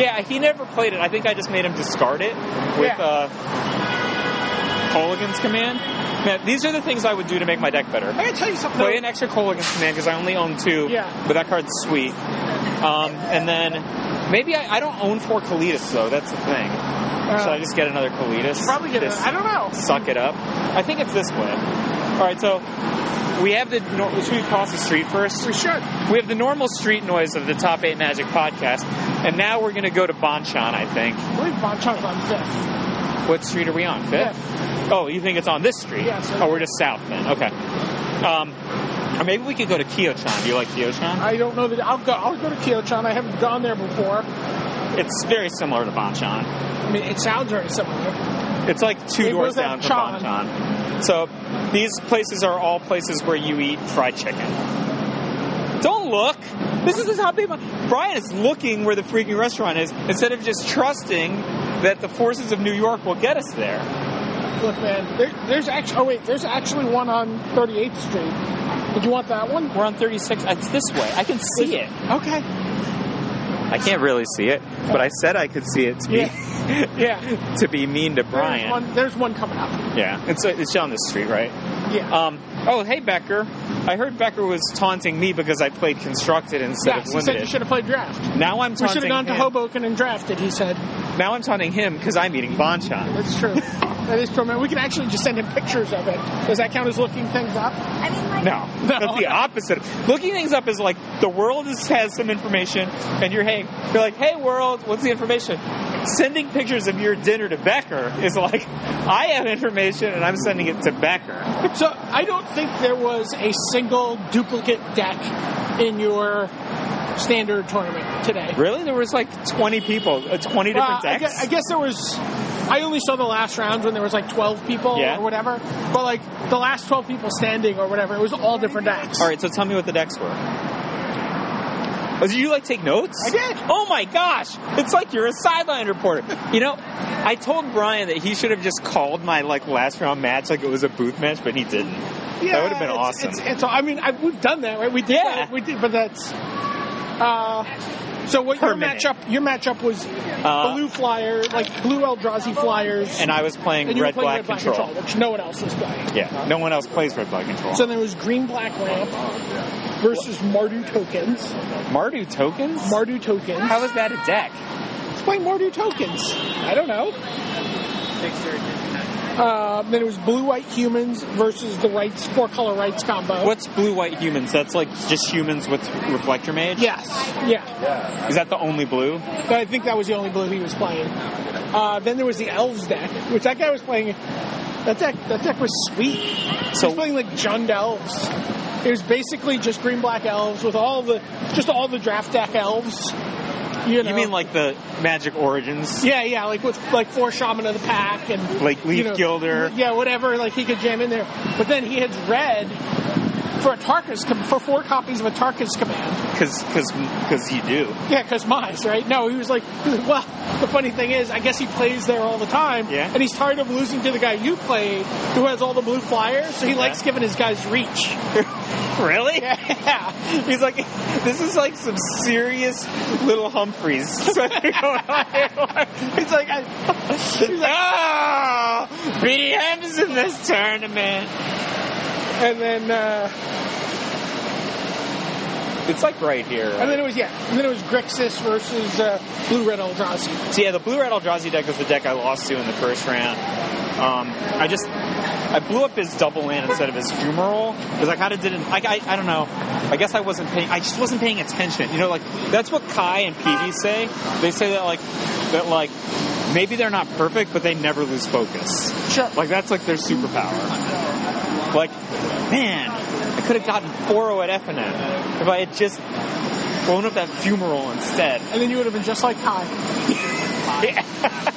S3: Yeah, he never played it. I think I just made him discard it with
S6: Yeah.
S3: uh, Colligan's command. Man, these are the things I would do to make my deck better.
S6: I gotta tell you something.
S3: Play an extra Colligan's command because I only own two.
S6: Yeah.
S3: But that card's sweet. Um, and then maybe I, I don't own four Kalidas though. That's the thing. Should I just get another Kalidas?
S6: Uh, Probably get it.
S3: Just
S6: I don't know.
S3: Suck it up. I think it's this way. All right, so we have the. nor- Should we cross the street first?
S6: We should.
S3: We have the normal street noise of the Top 8 Magic podcast, and now we're going to go to Bonchan, I think.
S6: I believe Bonchan's on fifth.
S3: What street are we on? Fifth? Oh, you think it's on this street?
S6: Yeah, so-
S3: oh, we're just south then. Okay. Um, or maybe we could go to Kiyochan. Do you like Kiyochan?
S6: I don't know that I'll go. I'll go to Kyochan. I haven't gone there before.
S3: It's very similar to Bonchan.
S6: I mean, it sounds very similar.
S3: It's like two
S6: It
S3: doors
S6: was at
S3: down from
S6: Chan.
S3: Bonchan. So these places are all places where you eat fried chicken. Don't look. This is the top people. Brian is looking where the freaking restaurant is instead of just trusting that the forces of New York will get us there.
S6: Look, man, there, there's actually. Oh wait, there's actually one on 38th Street. Would you want that one?
S3: We're on 36. It's this way. I can see it.
S6: Okay.
S3: I can't really see it, but I said I could see it to be
S6: Yeah.
S3: to be mean to
S6: There's
S3: Brian.
S6: one, there's one coming up.
S3: Yeah, it's it's down the street, right?
S6: Yeah.
S3: Um. Oh, hey Becker. I heard Becker was taunting me because I played constructed instead
S6: yes,
S3: of
S6: he said you
S3: limited.
S6: should have played draft.
S3: now I'm
S6: We
S3: taunting
S6: should have gone to
S3: him.
S6: Hoboken and drafted. He said.
S3: Now I'm taunting him because I'm eating banchan.
S6: That's true. that is true. Man, we can actually just send him pictures of it. Does that count as looking things up?
S7: I mean, like,
S3: No, that's the opposite. Looking things up is like the world is, has some information, and you're hey, you're like, hey world, what's the information? Sending pictures of your dinner to Becker is like, I have information and I'm sending it to Becker.
S6: So I don't think there was a single duplicate deck in your standard tournament today.
S3: Really? There was like 20 people, uh, 20
S6: Well,
S3: different
S6: I,
S3: decks?
S6: guess, I guess there was. I only saw the last round when there was like twelve people
S3: Yeah.
S6: or whatever. But like the last twelve people standing or whatever, it was all different decks.
S3: All right, so tell me what the decks were. Oh, did you like take notes?
S6: I did.
S3: Oh my gosh! It's like you're a sideline reporter. You know, I told Brian that he should have just called my like last round match like it was a booth match, but he didn't. that would have been
S6: it's-
S3: awesome.
S6: It's, it's, I mean, I, we've done that, right? We did.
S3: Yeah.
S6: That, we did, but that's. Uh, so what your
S3: Permanent.
S6: matchup? Your matchup was
S3: Uh,
S6: blue flyer, like blue Eldrazi flyers,
S3: and I was playing
S6: and you
S3: red,
S6: were playing
S3: black,
S6: red black
S3: control.
S6: control, which no one else was playing.
S3: Yeah, no one else plays red black control.
S6: So there was green black ramp versus Mardu tokens.
S3: Mardu tokens?
S6: Mardu tokens.
S3: How is that a deck?
S6: Explain Mardu tokens. I don't know. Um, then it was blue white humans versus the rights four color rights combo.
S3: What's blue white humans? That's like just humans with reflector mage.
S6: Yes. Yeah.
S3: Is that the only blue?
S6: But I think that was the only blue he was playing. Uh, then there was the elves deck, which that guy was playing. That deck, that deck was sweet. he
S3: So-
S6: was playing like Jund elves. It was basically just green black elves with all the just all the draft deck elves. You, know?
S3: You mean like the Magic Origins?
S6: Yeah, yeah, like with like four shaman of the pack and
S3: Like Leaf
S6: you know,
S3: Gilder.
S6: Yeah, whatever. Like he could jam in there, but then he had red for a Tarkus com- for four copies of a Tarkus command.
S3: Because because you do.
S6: Yeah, because mice, right? No, he was like, he was like, well, the funny thing is, I guess he plays there all the time,
S3: Yeah.
S6: and he's tired of losing to the guy you played, who has all the blue flyers, so he
S3: Yeah.
S6: likes giving his guys reach.
S3: Really?
S6: Yeah.
S3: He's like, this is like some serious little Humphreys. He's like, ah, BDM's in this tournament.
S6: And then, uh,
S3: It's like right here.
S6: And then it was yeah. And then it was Grixis versus uh, Blue Red Eldrazi.
S3: So yeah, the blue red Eldrazi deck was the deck I lost to in the first round. Um, I just I blew up his double land instead of his humeral because I kind of didn't. I, I, I don't know. I guess I wasn't paying. I just wasn't paying attention. You know, like that's what Kai and PV say. They say that like that like maybe they're not perfect, but they never lose focus.
S6: Sure.
S3: Like that's like their superpower. Like, man, I could have gotten 4-0 at Effenet if I had just blown up that fumeral instead.
S6: And then you would have been just like Kai.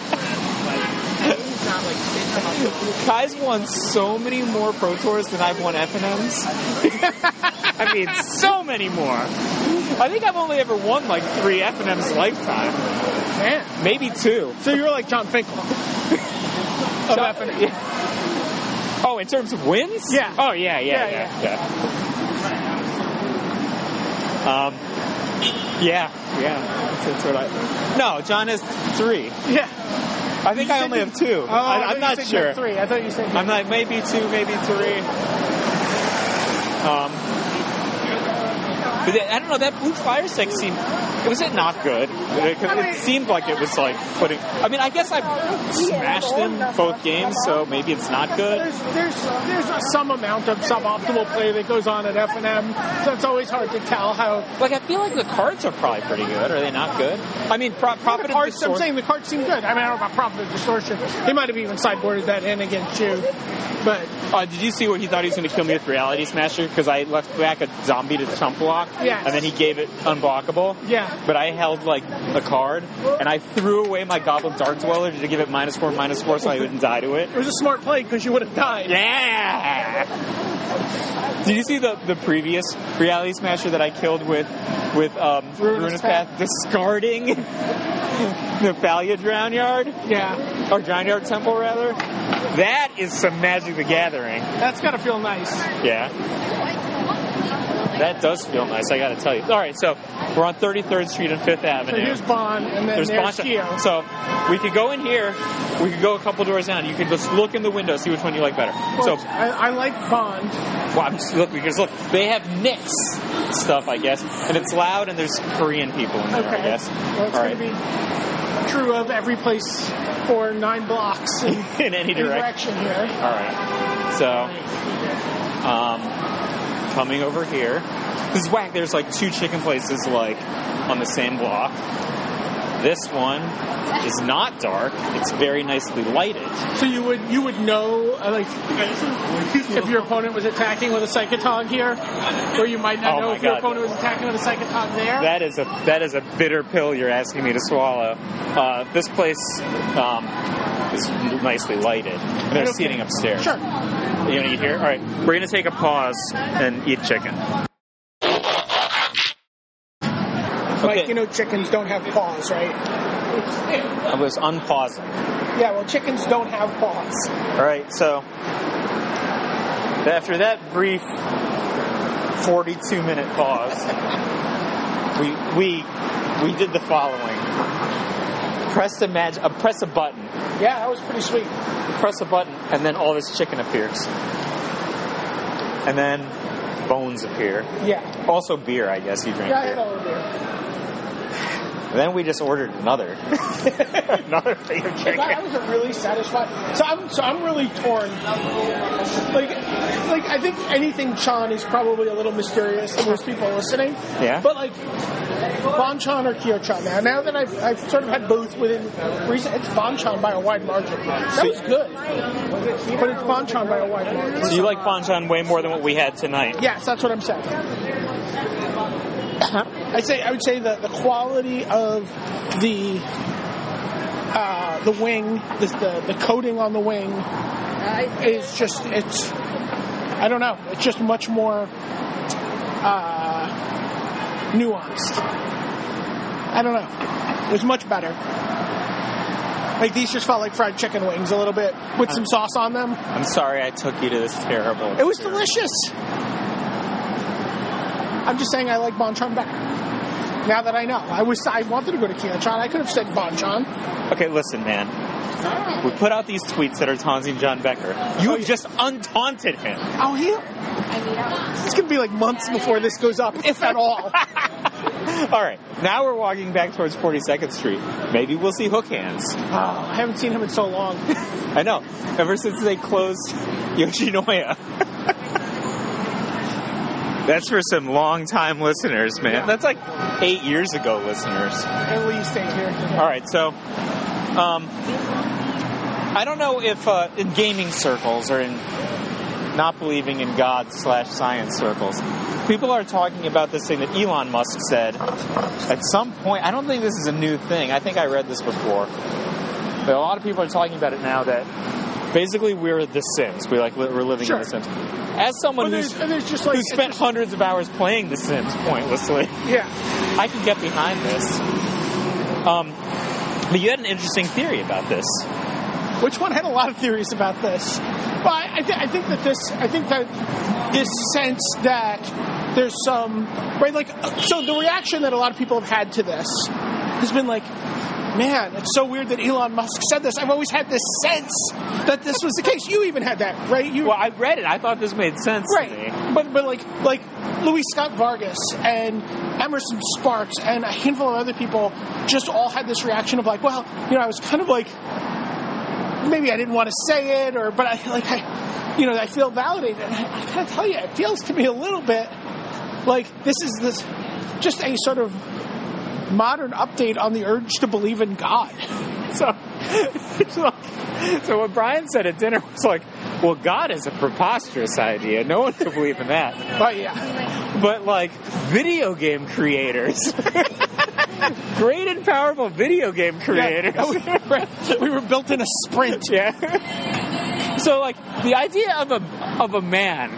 S3: Kai's won so many more Pro Tours than I've won F&Ms. I mean, so many more. I think I've only ever won like three F&Ms lifetime,
S6: Man.
S3: maybe two.
S6: So you were like John Finkel. Of F&M.
S3: Oh, in terms of wins?
S6: Yeah.
S3: Oh yeah, yeah,
S6: Yeah,
S3: yeah, yeah. Um, yeah, yeah. That's, that's what I. No, John has three.
S6: Yeah.
S3: I think I only have two.
S6: Oh,
S3: I,
S6: I thought
S3: I'm
S6: you
S3: not
S6: said you
S3: sure.
S6: had Three. I thought you said. you
S3: I'm like maybe two, maybe three. Um, but that- I don't know. That blue fire stick seemed. Was it not good? It, it seemed like it was like putting. I mean, I guess I've smashed them both games, so maybe it's not good.
S6: There's there's there's some amount of suboptimal play that goes on at F and M, so it's always hard to tell how.
S3: Like I feel like the cards are probably pretty good. Are they not good? I mean, pro-
S6: The
S3: profit of
S6: cards, I'm
S3: Distor-
S6: saying the cards seem good. I mean, I don't know about profit of distortion. They might have even sideboarded that in against you, but
S3: Uh, did you see where he thought he was going to kill me with Reality Smasher? Because I left back a zombie to chump block,
S6: Yes.
S3: and then he gave it unblockable.
S6: Yeah.
S3: But I held like a card, and I threw away my Goblin Dark Dweller to give it minus four, minus four, so I wouldn't die to it.
S6: it was a smart play because you would have died.
S3: Yeah. Did you see the, the previous Reality Smasher that I killed with with um,
S6: Ruinous
S3: Ruinous Path, discarding Nephalia Drown Yard
S6: Yeah,
S3: or Drown Yard Temple rather? That is some Magic the Gathering.
S6: that's gotta feel nice.
S3: Yeah. That does feel nice, I gotta tell you. Alright, so we're on 33rd Street and 5th
S6: So
S3: Avenue.
S6: here's Bond, and then
S3: There's
S6: there's,
S3: Basha.
S6: Keo.
S3: So we could go in here, we could go a couple doors down, you could just look in the window, see which one you like better. So,
S6: Well, I, I like Bond.
S3: well, I'm just, look, we just look. They have Nix stuff, I guess, and it's loud and there's Korean people in there,
S6: Okay,
S3: I guess.
S6: well, it's
S3: Alright.
S6: gonna be true of every place for nine blocks in
S3: in any
S6: any
S3: direction.
S6: direction here.
S3: All right. So, um, coming over here. This is whack. There's like two chicken places like on the same block. This one is not dark. It's very nicely lighted.
S6: So you would you would know uh, like if your opponent was attacking with a psychotog here, or you might not
S3: Oh
S6: know
S3: my
S6: if your
S3: God.
S6: opponent was attacking with a psychotog there.
S3: That is a that is a bitter pill you're asking me to swallow. Uh, this place um, is nicely lighted. And there's
S6: Okay.
S3: seating upstairs.
S6: sure.
S3: You gonna eat here? All right. We're gonna take a pause and eat chicken.
S6: Like you know, chickens don't have paws, right?
S3: I was unpausing.
S6: Yeah, well, chickens don't have paws.
S3: All right, so after that brief 42 minute pause, we we we did the following. Press a mag- uh, press a button,
S6: Yeah, that was pretty sweet.
S3: press a button, and then all this chicken appears, and then bones appear.
S6: Yeah,
S3: Also beer, I guess you drink.
S6: yeah, I
S3: beer.
S6: had all of it.
S3: Then we just ordered another another thing of
S6: But I
S3: chicken.
S6: was really satisfied. So I'm so I'm really torn. Like like I think anything Chan is probably a little mysterious to most people listening.
S3: Yeah.
S6: But like Bonchan or Kyochan now. Now that I've, I've sort of had both within recent, it's Bonchan by a wide margin. That was good, but it's Bonchan by a wide margin.
S3: So you like banchan way more than what we had tonight.
S6: Yes, that's what I'm saying. I say I would say that the quality of the uh, the wing, the, the the coating on the wing, is just it's I don't know. It's just much more uh, nuanced. I don't know. It was much better. Like these just felt like fried chicken wings a little bit with some sauce on them.
S3: I'm sorry I took you to this terrible.
S6: It was delicious. I'm just saying I like Bonchon better. Now that I know, I was I wanted to go to Kyochon. I could have said Bonchon.
S3: Okay, listen, man. We put out these tweets that are taunting John Becker. You have just untaunted him.
S6: Oh, he. It's gonna be like months before this goes up, if at all.
S3: All right, now we're walking back towards 42nd Street. Maybe we'll see hook hands.
S6: Ah, I haven't seen him in so long.
S3: I know. Ever since they closed Yoshinoya. That's for some long-time listeners, man. That's like eight years ago, listeners.
S6: At least staying here.
S3: All right, so um, I don't know if uh, in gaming circles or in not believing in God slash science circles, people are talking about this thing that Elon Musk said at some point. I don't think this is a new thing. I think I read this before, but a lot of people are talking about it now. That basically we're the Sims. We like li- we're living
S6: Sure.
S3: in the Sims. As someone
S6: And
S3: who's
S6: there's, and there's just like
S3: who spent hundreds of hours playing The Sims pointlessly.
S6: yeah.
S3: I can get behind this. Um, but you had an interesting theory about this.
S6: Which one had a lot of theories about this? But I, th- I think that this, I think that this sense that there's some right, like so the reaction that a lot of people have had to this has been like, man, it's so weird that Elon Musk said this. I've always had this sense that this was the case. You even had that, right? You
S3: Well, I read it. I thought this made sense to me.
S6: Right, but but like like Louis Scott Vargas and Emerson Sparks and a handful of other people just all had this reaction of like, well, you know, I was kind of like, maybe I didn't want to say it, or but I like I, you know, I feel validated. And I, I gotta tell you, it feels to me a little bit like this is this just a sort of modern update on the urge to believe in God.
S3: So, so what Brian said at dinner was like, "Well, God is a preposterous idea. No one could believe in that."
S6: But yeah,
S3: But like, video game creators, great and powerful video game creators.
S6: we were built in a sprint.
S3: Yeah. So like the idea of a of a man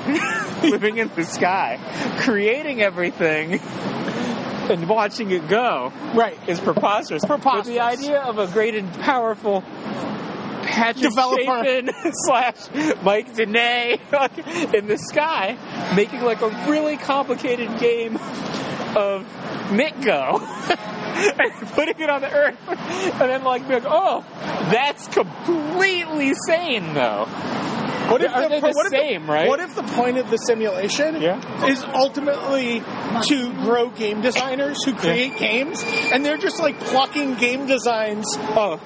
S3: living in the sky, creating everything and watching it go
S6: Right.
S3: is preposterous. But
S6: Preposterous.
S3: the idea of a great and powerful Patrick
S6: Developer.
S3: Chapin slash Mike Dene like, in the sky making like a really complicated game of Mitgo and putting it on the earth and then like be like, oh, that's completely sane though.
S6: What if
S3: Are
S6: the,
S3: they the
S6: what if the-
S3: same, right?
S6: What if the point of the simulation
S3: Yeah.
S6: is ultimately to grow game designers who create games, and they're just like plucking game designs?
S3: Oh,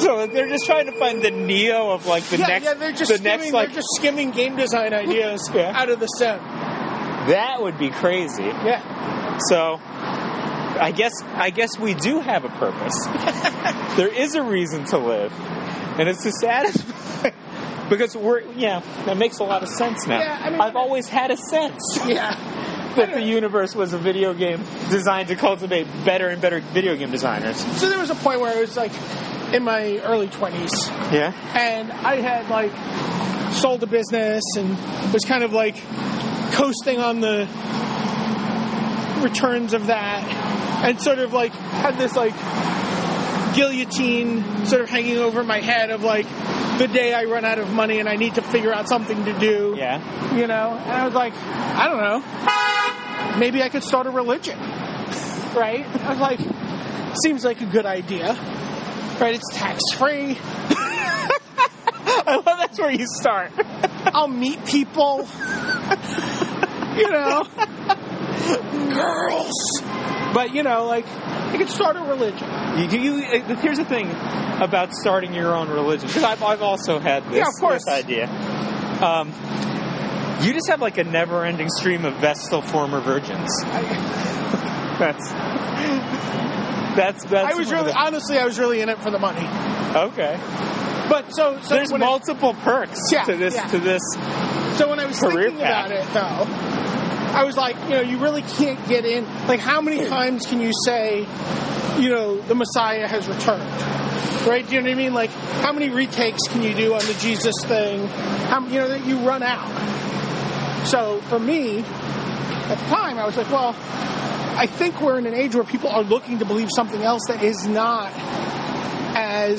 S3: so they're just trying to find the neo of like the
S6: yeah,
S3: next,
S6: yeah, they're just
S3: the
S6: skimming,
S3: next like
S6: they're just skimming game design ideas
S3: Yeah.
S6: out of the sim.
S3: that would be crazy.
S6: Yeah,
S3: So I guess I guess we do have a purpose. there is a reason to live, and it's to satisfy. Because we're yeah, that makes a lot of sense now.
S6: Yeah, I mean-
S3: have always had a sense
S6: yeah.
S3: that the universe was a video game designed to cultivate better and better video game designers.
S6: So there was a point where I was like in my early twenties,
S3: Yeah,
S6: and I had like sold a business and was kind of like coasting on the returns of that and sort of like had this like guillotine sort of hanging over my head of like the day I run out of money and I need to figure out something to do
S3: yeah.
S6: you know and I was like I don't know maybe I could start a religion right I was like seems like a good idea right it's tax free
S3: I love that's where you start.
S6: I'll meet people. you know, girls. But you know, like I could start a religion.
S3: You, you, you- here's the thing about starting your own religion. 'cause I've, I've also had this,
S6: Yeah, of course.
S3: this idea. Um, you just have like a never-ending stream of vestal former virgins. That's that's that's.
S6: I was
S3: one of
S6: really,
S3: the-
S6: honestly, I was really in it for the money.
S3: okay.
S6: But so, so
S3: There's
S6: when I-
S3: multiple perks
S6: Yeah,
S3: to this
S6: yeah.
S3: to this.
S6: So when I was
S3: Career
S6: thinking
S3: path.
S6: about it, though, I was like, you know, you really can't get in. Like, how
S3: Hmm.
S6: many times can you say, you know, the Messiah has returned? Right? Do you know what I mean? Like, how many retakes can you do on the Jesus thing? How you know that you run out? So for me, at the time, I was like, well, I think we're in an age where people are looking to believe something else that is not as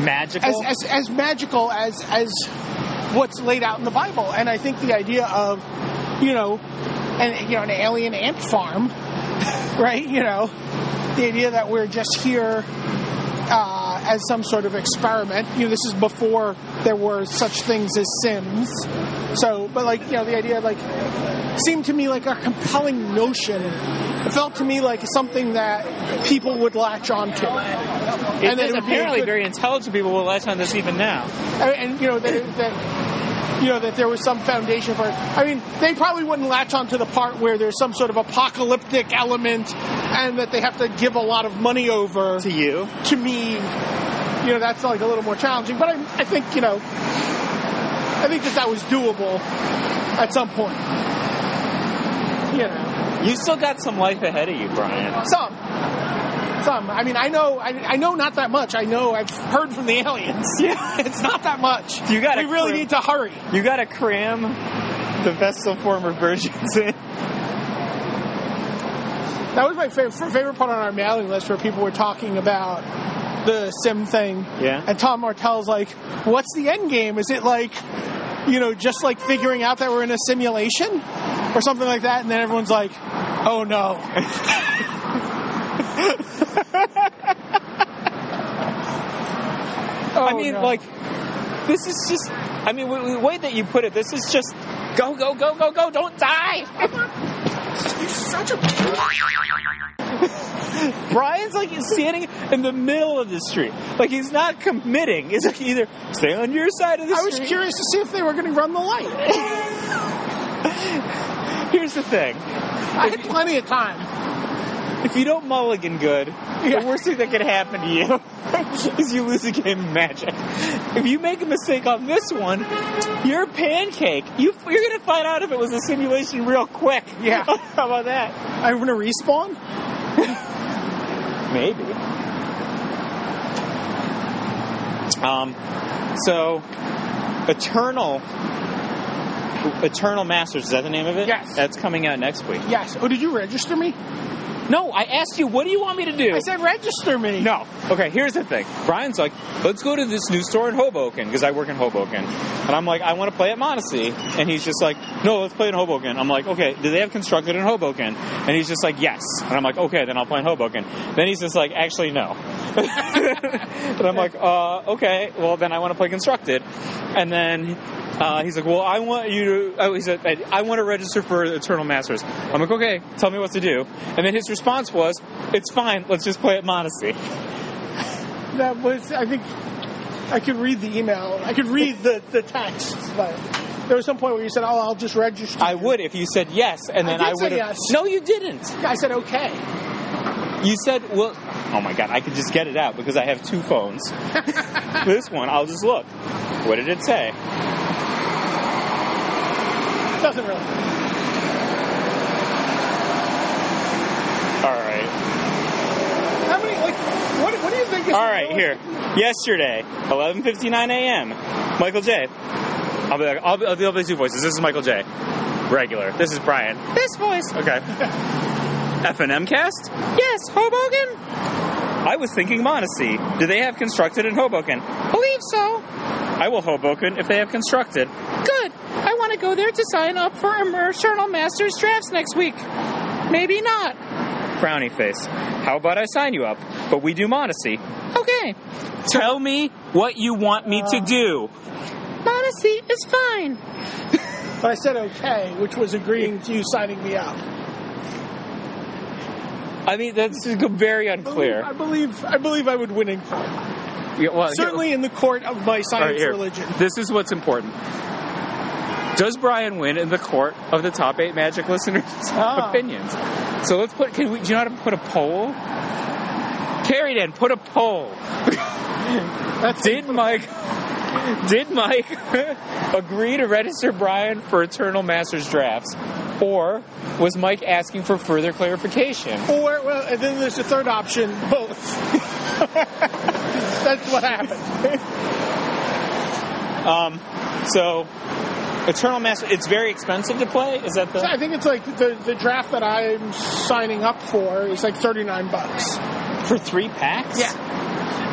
S3: Magical.
S6: as, as, as magical as as what's laid out in the Bible. And I think the idea of you know, and you know, an alien ant farm, right? You know, the idea that we're just here uh, as some sort of experiment. You know, this is before there were such things as Sims. So, but like, you know, the idea like seemed to me like a compelling notion. It felt to me like something that people would latch
S3: It
S6: onto. then
S3: is
S6: it would be a
S3: apparently
S6: good-
S3: very intelligent people will latch on this even now.
S6: and, and you know that, that you know that there was some foundation for it. I mean, they probably wouldn't latch onto the part where there's some sort of apocalyptic element, and that they have to give a lot of money over
S3: To you,
S6: to me. You know, that's like a little more challenging, but I, I think you know, I think that that was doable at some point. You know.
S3: you still got some life ahead of you, Brian.
S6: Some. Some. I mean, I know. I, I know not that much. I know. I've heard from the aliens. Yeah, it's not that much.
S3: You gotta
S6: We really
S3: cram-
S6: need to hurry.
S3: You got to cram the best of former versions in.
S6: That was my favorite, favorite part on our mailing list, where people were talking about the sim thing.
S3: Yeah.
S6: And Tom Martell's like, "What's the end game? Is it like, you know, just like figuring out that we're in a simulation, or something like that?" And then everyone's like, "Oh no." Oh,
S3: I mean, like, this is just. I mean, w- w- the way that you put it, this is just go, go, go, go, go. Don't die. Brian's like he's standing in the middle of the street, like he's not committing. It's like either stay on your side of the
S6: I was
S3: street.
S6: curious to see if they were going to run the light.
S3: Here's the thing:
S6: I had plenty of time.
S3: if you don't mulligan good, the worst thing that can happen to you is you lose a game of magic. If you make a mistake on this one, you're a pancake. You, you're gonna find out if it was a simulation real quick.
S6: Yeah.
S3: How about that?
S6: I'm going to respawn.
S3: Maybe. Um, so, Eternal. Eternal Masters, is that the name of it?
S6: Yes.
S3: That's coming out next week.
S6: Yes. Oh, did you register me?
S3: No, I asked you, what do you want me to do?
S6: I said register me.
S3: No. Okay, here's the thing. Brian's like, let's go to this new store in Hoboken, because I work in Hoboken. And I'm like, I want to play at Montesey. And he's just like, no, let's play in Hoboken. I'm like, okay, do they have constructed in Hoboken? And he's just like, yes. And I'm like, okay, then I'll play in Hoboken. Then he's just like, actually, no. and I'm like, uh, okay, well, then I want to play constructed. And then. Uh, he's like, well, I want you to. Oh, he said, I, I want to register for Eternal Masters. I'm like, okay, tell me what to do. And then his response was, it's fine. Let's just play at Modesty.
S6: That was, I think, I could read the email. I could read the, the text, but there was some point where you said, oh, I'll just register.
S3: I would if you said yes, and then
S6: I
S3: I,
S6: did say
S3: would. have
S6: yes.
S3: No, you didn't.
S6: I said, okay.
S3: You said, "Well, oh my god, I could just get it out because I have two phones. this one, I'll just look. What did it say?
S6: Doesn't really.
S3: All right,
S6: How many, like, what, what do you think is
S3: all right. Here, yesterday, 11:59 a.m. Michael J. I'll be like, I'll be, I'll be two voices. This is Michael J. Regular. This is Brian. This voice. Okay. F and M cast? Yes, Hoboken. I was thinking Montesey. Do they have constructed in Hoboken? Believe so. I will Hoboken if they have constructed. Good. I want to go there to sign up for Eternal Masters drafts next week. Maybe not. Brownie face. How about I sign you up? But we do Montesey. Okay. Uh, Tell me what you want me to do. Montesey is fine.
S6: But I said, okay, which was agreeing to you signing me up.
S3: I mean, that's very
S6: I
S3: unclear.
S6: believe, I believe I would win in court.
S3: Yeah, well,
S6: Certainly in the court of my
S3: All right,
S6: science
S3: here.
S6: religion.
S3: This is what's important. Does Brian win in the court of the top eight Magic listeners'
S6: Ah.
S3: opinions? So let's put. Can we? Do you know how to put a poll? Carrie, then put a poll. did Mike? Did Mike agree to register Brian for Eternal Masters drafts, or was Mike asking for further clarification?
S6: Or, well, and then there's a third option, both. That's what happened.
S3: Um, so, Eternal Master. It's very expensive to play. Is that the?
S6: I think it's like the, the draft that I'm signing up for is like 39 bucks.
S3: For three packs? Yeah.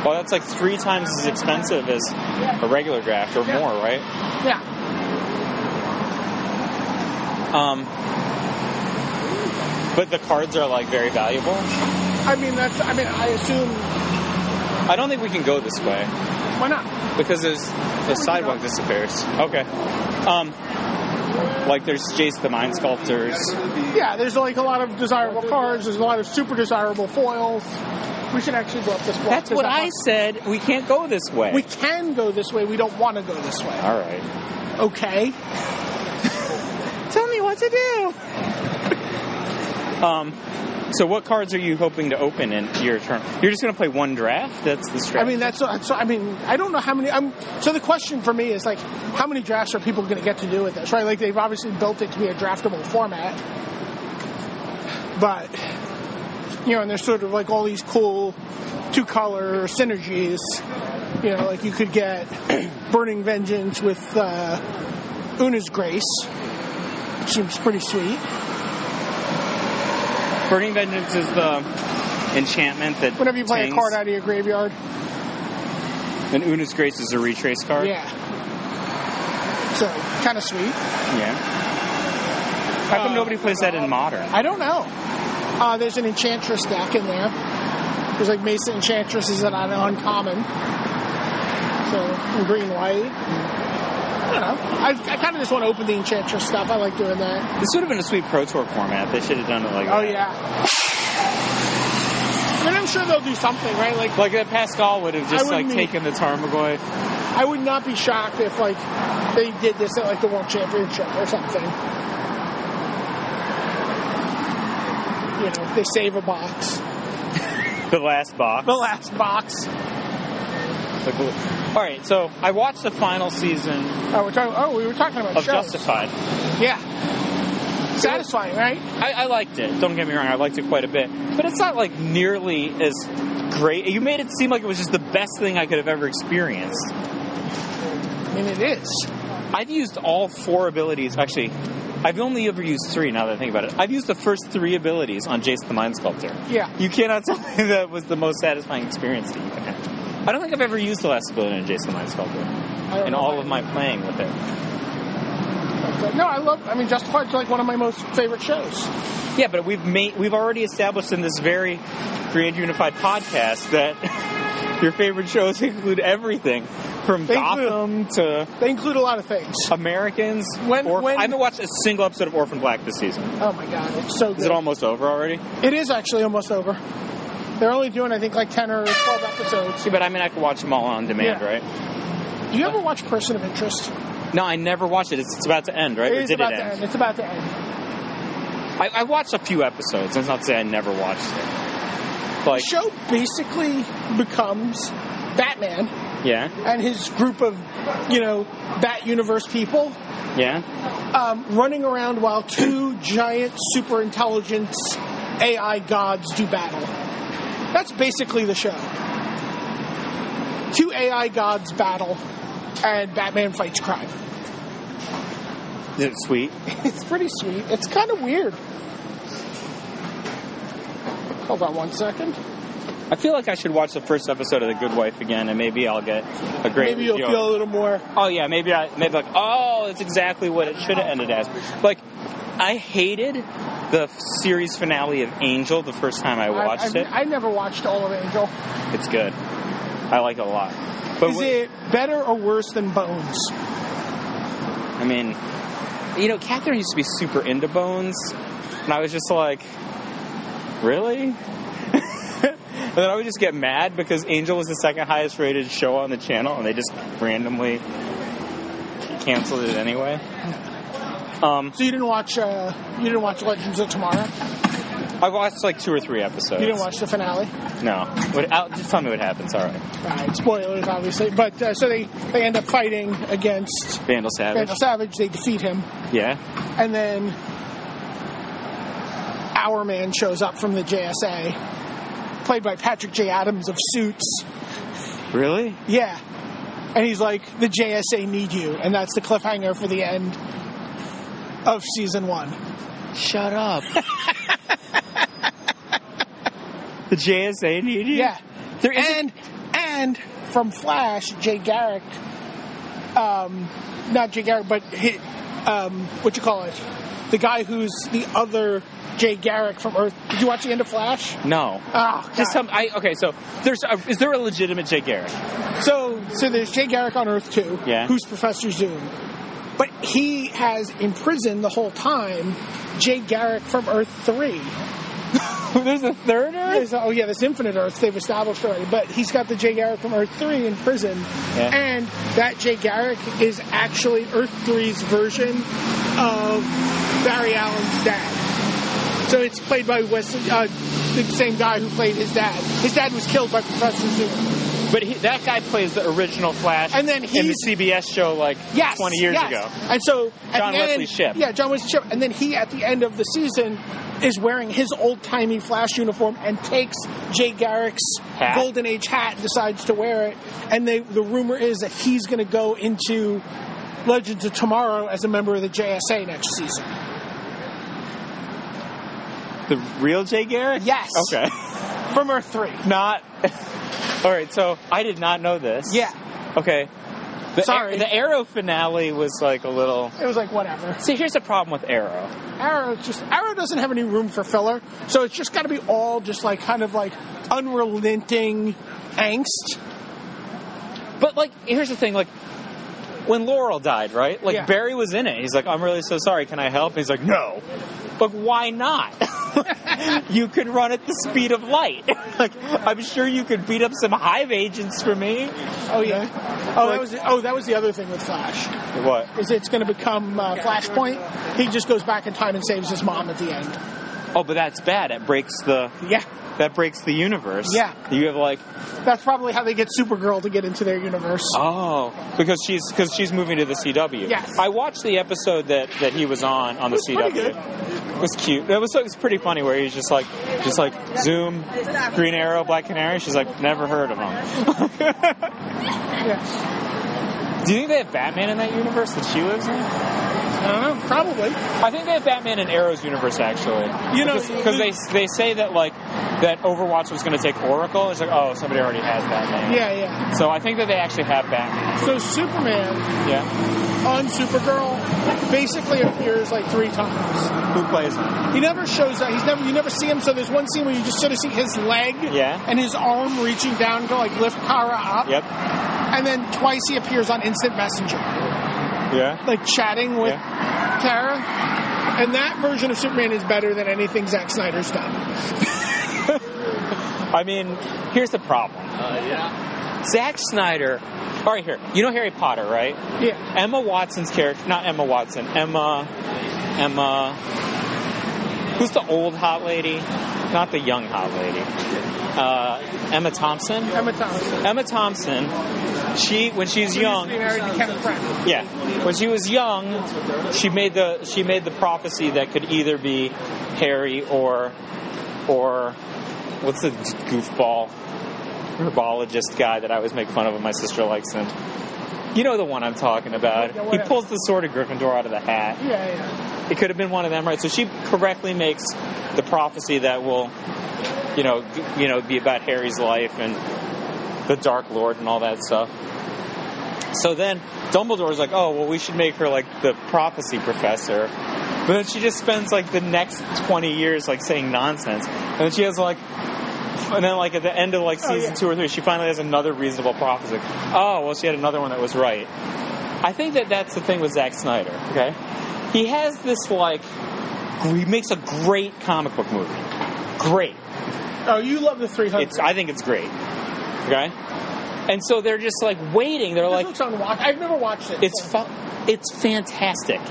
S3: Well, that's like three times as expensive as a regular draft or more, right?
S6: Yeah.
S3: Um, but the cards are like very valuable.
S6: I mean, that's. I mean, I assume
S3: I don't think we can go this way
S6: Why not?
S3: because there's the sidewalk disappears. Okay. Um, like there's Jace the Mind Sculptors.
S6: Yeah, there's like a lot of desirable cars. There's a lot of super desirable foils. We should actually go up this block.
S3: That's
S6: There's
S3: what
S6: that
S3: I
S6: block.
S3: said. We can't go this way.
S6: We can go this way. We don't want to go this way.
S3: All right.
S6: Okay.
S3: Tell me what to do. um, so what cards are you hoping to open in your turn? You're just gonna play one draft. That's the
S6: I
S3: strategy.
S6: mean, that's, that's. I mean, I don't know how many. I'm, so the question for me is like, how many drafts are people going to get to do with this, right? Like they've obviously built it to be a draftable format, but you know, and there's sort of like all these cool two color synergies. You know, like you could get Burning Vengeance with uh, Una's Grace. Seems pretty sweet.
S3: Burning Vengeance is the enchantment that
S6: Whenever you play
S3: tanks-
S6: a card out of your graveyard,
S3: and Una's Grace is a retrace card.
S6: yeah. So kind of sweet.
S3: Yeah. How come
S6: Uh,
S3: nobody plays that in modern?
S6: I don't know. Uh, there's an enchantress deck in there. There's like Mesa Enchantress is an an uncommon. So and green white. I don't know. I, I kind of just want to open the enchantress stuff. I like doing that.
S3: This would have been a sweet Pro Tour format. They should have done it like
S6: Oh
S3: that.
S6: yeah. I mean, I'm sure they'll do something, right? Like
S3: Like that Pascal would have
S6: I
S3: just like
S6: wouldn't be-
S3: taken the Tarmogoy.
S6: I would not be shocked if like they did this at like the World Championship or something. You know, they save a box,
S3: The last box.
S6: the last box.
S3: Like, all right, so I watched the final season
S6: Oh, we're talking. Oh, we were talking about
S3: of
S6: shows.
S3: Justified.
S6: Yeah. Satisfying, right?
S3: I, I liked it. Don't get me wrong, I liked it quite a bit. But it's not like nearly as great. You made it seem like it was just the best thing I could have ever experienced.
S6: I mean, it is.
S3: I've used all four abilities. Actually, I've only ever used three now that I think about it. I've used the first three abilities on Jace the Mind Sculptor.
S6: Yeah.
S3: You cannot tell me that was the most satisfying experience that you can have. I don't think I've ever used the last ability on Jace the Mind Sculptor
S6: I don't
S3: in
S6: know
S3: all
S6: if
S3: of my playing with it.
S6: I- No, I love. I mean, Justified's like one of my most favorite shows.
S3: Yeah, but we've made we've already established in this very Create Unified podcast that your favorite shows include everything from
S6: They include-
S3: Gotham to
S6: They include a lot of things.
S3: Americans.
S6: When-
S3: Orph-
S6: when-
S3: I haven't watched a single episode of Orphan Black this season.
S6: Oh my god, it's so good.
S3: Is it almost over already?
S6: it is actually almost over. They're only doing, I think, like ten or twelve episodes.
S3: See, but I mean, I could watch them all on demand,
S6: Yeah.
S3: right?
S6: Do you ever watch Person of Interest?
S3: No, I never watched it. It's, it's about to end, right?
S6: It
S3: Or
S6: is
S3: did
S6: about
S3: it
S6: to
S3: end?
S6: end. It's about to end.
S3: I, I watched a few episodes. That's not to say I never watched it.
S6: The
S3: Like,
S6: show basically becomes Batman
S3: yeah,
S6: and his group of, you know, Bat Universe people
S3: yeah.
S6: um, running around while two giant super intelligence AI gods do battle. That's basically the show. Two AI gods battle, and Batman fights crime.
S3: Is it sweet?
S6: It's pretty sweet. It's kind of weird. Hold on one second.
S3: I feel like I should watch the first episode of The Good Wife again, and maybe I'll get a great.
S6: Maybe you'll
S3: review.
S6: feel a little more.
S3: Oh yeah, maybe I maybe like oh, it's exactly what it should have ended as. Like, I hated the series finale of Angel the first time I watched
S6: I've-
S3: it.
S6: I never watched all of Angel.
S3: it's good. I like it a lot. But
S6: Is
S3: wh-
S6: it better or worse than Bones?
S3: I mean, you know, Catherine used to be super into Bones, and I was just like, really? and then I would just get mad because Angel was the second highest rated show on the channel, and they just randomly canceled it anyway. Um,
S6: So you didn't watch? Uh, you didn't watch Legends of Tomorrow.
S3: I watched like two or three episodes.
S6: You didn't watch the finale.
S3: No. What, out, just tell me what happens. All right.
S6: All right, spoilers, obviously. But uh, so they, they end up fighting against
S3: Vandal Savage.
S6: Vandal Savage. They defeat him,
S3: Yeah.
S6: and then our man shows up from the JSA, played by Patrick J. Adams of Suits.
S3: Really?
S6: Yeah, and he's like, "The JSA need you," and that's the cliffhanger for the end of season one.
S3: Shut up. the JSA needed. you?
S6: Yeah.
S3: There is.
S6: and and from Flash, Jay Garrick, um, not Jay Garrick, but hi um, what you call it, the guy who's the other Jay Garrick from Earth. Did you watch the end of Flash?
S3: No.
S6: Ah, God.
S3: Just some. I okay. So there's. A, is there a legitimate Jay Garrick?
S6: So, so there's Jay Garrick on Earth too,
S3: Yeah.
S6: who's Professor Zoom, but he has in prison the whole time Jay Garrick from Earth Three.
S3: there's a third Earth.
S6: There's- oh yeah, this Infinite Earth they've established already, but he's got the Jay Garrick from Earth Three in prison,
S3: Yeah.
S6: and that Jay Garrick is actually Earth 3's version of Barry Allen's dad. So it's played by Wes, uh, the same guy who played his dad. His dad was killed by Professor Zoom.
S3: But he, that guy plays the original Flash,
S6: And then
S3: in the
S6: he's-
S3: CBS show like
S6: yes,
S3: 20 years
S6: yes.
S3: ago.
S6: And so at
S3: John
S6: the
S3: Wesley
S6: end,
S3: Shipp.
S6: Yeah, John Wesley Ship. And then he at the end of the season is wearing his old timey Flash uniform and takes Jay Garrick's
S3: Hat.
S6: Golden Age hat and decides to wear it. And they, the rumor is that he's going to go into Legends of Tomorrow as a member of the JSA next season.
S3: The real Jay Garrick?
S6: Yes.
S3: Okay.
S6: From Earth 3.
S3: Not. All right. So I did not know this.
S6: Yeah.
S3: Okay. The
S6: Sorry.
S3: the Arrow finale was like a little.
S6: It was like, whatever.
S3: See, here's the problem with Arrow.
S6: Arrow just Arrow doesn't have any room for filler, so it's just got to be all just like kind of like unrelenting angst.
S3: But like, here's the thing. Like, when Laurel died, right? Like
S6: Yeah.
S3: Barry was in it. He's like, "I'm really so sorry. Can I help?" He's like, "No." Like, why not? you could run at the speed of light. like, I'm sure you could beat up some Hive agents for me.
S6: Oh yeah. Oh, that was oh that was the other thing with Flash
S3: What?
S6: is it's going to become uh, Flashpoint. He just goes back in time and saves his mom at the end.
S3: Oh, but that's bad. It breaks the
S6: Yeah,
S3: that breaks the universe.
S6: Yeah.
S3: You have like,
S6: that's probably how they get Supergirl to get into their universe.
S3: oh, because she's because she's moving to the CW.
S6: Yes.
S3: I watched the episode that that he was on on the
S6: was pretty
S3: CW. It was cute. It was, so- it was pretty funny where he's just like just like Zoom, Green Arrow, Black Canary. She's like never heard of him.
S6: Yeah.
S3: Do you think they have Batman in that universe that she lives in?
S6: I don't know, probably.
S3: I think they have Batman in Arrow's universe actually.
S6: You know,
S3: because they they say that like that Overwatch was going to take Oracle. It's like oh somebody already has Batman.
S6: Yeah, yeah.
S3: So I think that they actually have Batman.
S6: So Superman
S3: Yeah.
S6: on Supergirl basically appears like three times.
S3: Who plays him?
S6: He never shows up. He's never. You never see him. So there's one scene where you just sort of see his leg
S3: Yeah.
S6: and his arm reaching down to like lift Kara up.
S3: Yep.
S6: And then twice he appears on Instant Messenger.
S3: Yeah.
S6: like chatting with Tara. And that version of Superman is better than anything Zack Snyder's done.
S3: I mean, here's the problem. Zack Snyder. All right, here. You know Harry Potter, right?
S6: Yeah.
S3: Emma Watson's character, not Emma Watson. Emma. Emma. Who's the old hot lady? Not the young hot lady. Uh, Emma Thompson.
S6: Emma Thompson.
S3: Emma Thompson. She when she's young.
S6: She married to Kevin Pratt.
S3: Yeah. When she was young, she made the she made the prophecy that could either be Harry or or what's the goofball herbologist guy that I always make fun of and my sister likes him. You know the one I'm talking about.
S6: Yeah,
S3: he
S6: whatever.
S3: pulls the sword of Gryffindor out of the hat.
S6: Yeah, yeah.
S3: It could have been one of them, right? So she correctly makes the prophecy that will, you know, g- you know, be about Harry's life and the Dark Lord and all that stuff. So then Dumbledore's like, oh, well, we should make her like the prophecy professor. But then she just spends like the next 20 years like saying nonsense. And then she has like, and then like at the end of like season
S6: yeah.
S3: two or three, she finally has another reasonable prophecy. Oh, well, she had another one that was right. I think that that's the thing with Zack Snyder, okay? He has this like, he makes a great comic book movie. Great.
S6: Oh, you love the 300.
S3: It's, I think it's great. Okay? And so they're just like waiting. They're like,
S6: this looks unwatch- I've never watched it.
S3: it's fu- it's fantastic.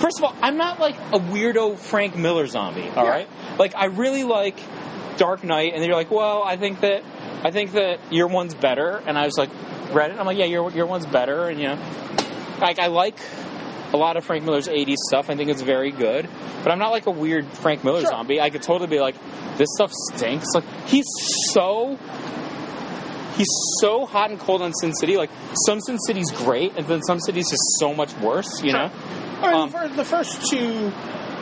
S3: First of all, I'm not like a weirdo Frank Miller zombie. All
S6: Yeah.
S3: right, like I really like Dark Knight, and then you're like, well, I think that I think that your one's better, and I was like, read it, and I'm like, yeah, your your one's better, and you know, like I like a lot of Frank Miller's '80s stuff. I think it's very good, but I'm not like a weird Frank Miller
S6: Sure.
S3: zombie. I could totally be like, this stuff stinks. Like he's so he's so hot and cold on Sin City. Like some Sin City's great, and then some City's just so much worse. You
S6: Sure.
S3: know?
S6: Or
S3: um,
S6: Oh, the, fir- the first two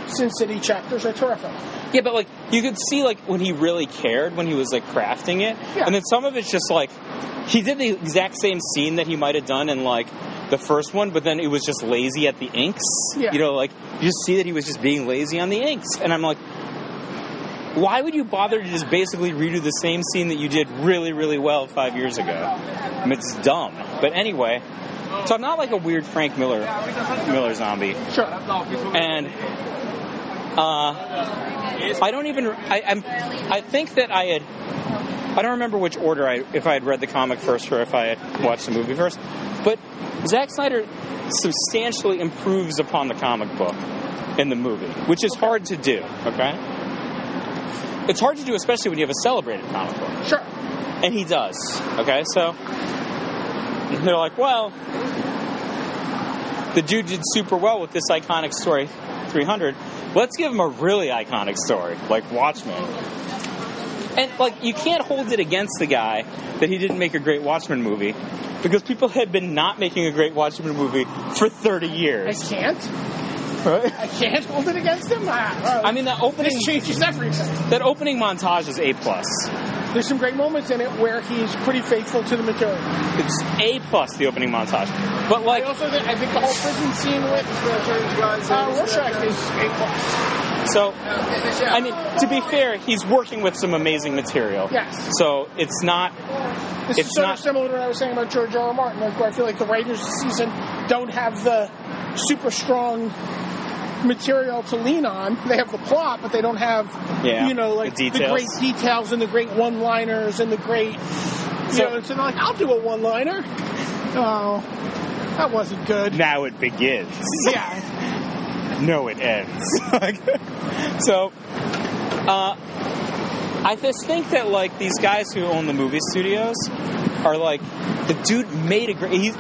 S6: Sin City chapters are terrific.
S3: Yeah, but like you could see like when he really cared when he was like crafting it,
S6: Yeah.
S3: and then some of it's just like he did the exact same scene that he might have done in like the first one, but then it was just lazy at the inks.
S6: Yeah.
S3: You know, like you just see that he was just being lazy on the inks, and I'm like, why would you bother to just basically redo the same scene that you did really, really well five years ago? I mean, it's dumb. But anyway, so I'm not like a weird Frank Miller Miller zombie
S6: Sure.
S3: and uh, I don't even. I, I'm. I think that I had. I don't remember which order I, if I had read the comic first or if I had watched the movie first, but Zack Snyder substantially improves upon the comic book in the movie, which is hard to do. Okay, it's hard to do, especially when you have a celebrated comic book.
S6: Sure.
S3: And he does. Okay, so they're like, well, the dude did super well with this iconic story, 300. Let's give him a really iconic story, like Watchmen. And like, you can't hold it against the guy that he didn't make a great Watchmen movie, because people had been not making a great Watchmen movie for 30
S6: I
S3: years.
S6: can't.
S3: Right?
S6: I can't hold it against him. Ah,
S3: I mean, that opening
S6: this changes everything.
S3: that opening montage is a plus.
S6: There's some great moments in it where he's pretty faithful to the material.
S3: It's a plus the opening montage, but like.
S6: I also think, I think the whole prison scene with uh, Rorschach is a plus.
S3: So, I mean, to be fair, he's working with some amazing material.
S6: Yes.
S3: So it's not.
S6: This
S3: It's
S6: is sort
S3: not-
S6: of similar to what I was saying about George R. R. Martin, like where I feel like the writers this season don't have the super strong material to lean on. They have the plot, but they don't have
S3: Yeah,
S6: you know like
S3: the
S6: the,
S3: details.
S6: great details and the great one-liners and the great you
S3: So-
S6: know. And so they're like, I'll do a one-liner. Oh, that wasn't good.
S3: Now it begins.
S6: Yeah.
S3: No, it ends. Like, so, uh, I just think that like these guys who own the movie studios are like the dude made a great. He's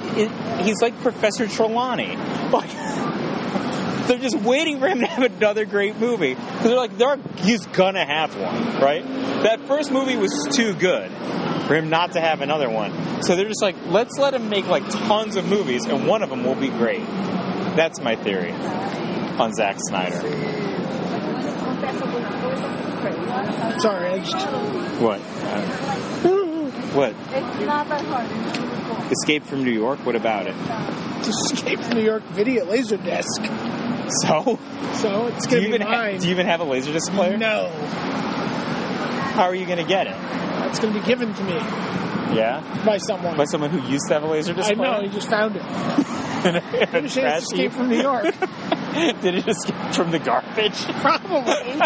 S3: he's like Professor Trelawney. Like. They're just waiting for him to have another great movie because they're like, they're, he's gonna have one, right? That first movie was too good for him not to have another one. So they're just like, let's let him make like tons of movies, and one of them will be great. That's my theory on Zack Snyder.
S6: Sorry, I just
S3: What? what? Escape from New York? What about it?
S6: escaped from New York via Laserdisc.
S3: So,
S6: So it's
S3: do
S6: gonna
S3: you,
S6: be
S3: even ha-
S6: mine.
S3: do you even have a laser disc player?
S6: no,
S3: How are you going to get it?
S6: it's gonna be given to me
S3: Yeah?
S6: by someone.
S3: By someone who used to have a laser disc
S6: I know, he
S3: player?
S6: just found it.
S3: I
S6: It's escaped from New York.
S3: Did it escape from the garbage?
S6: Probably.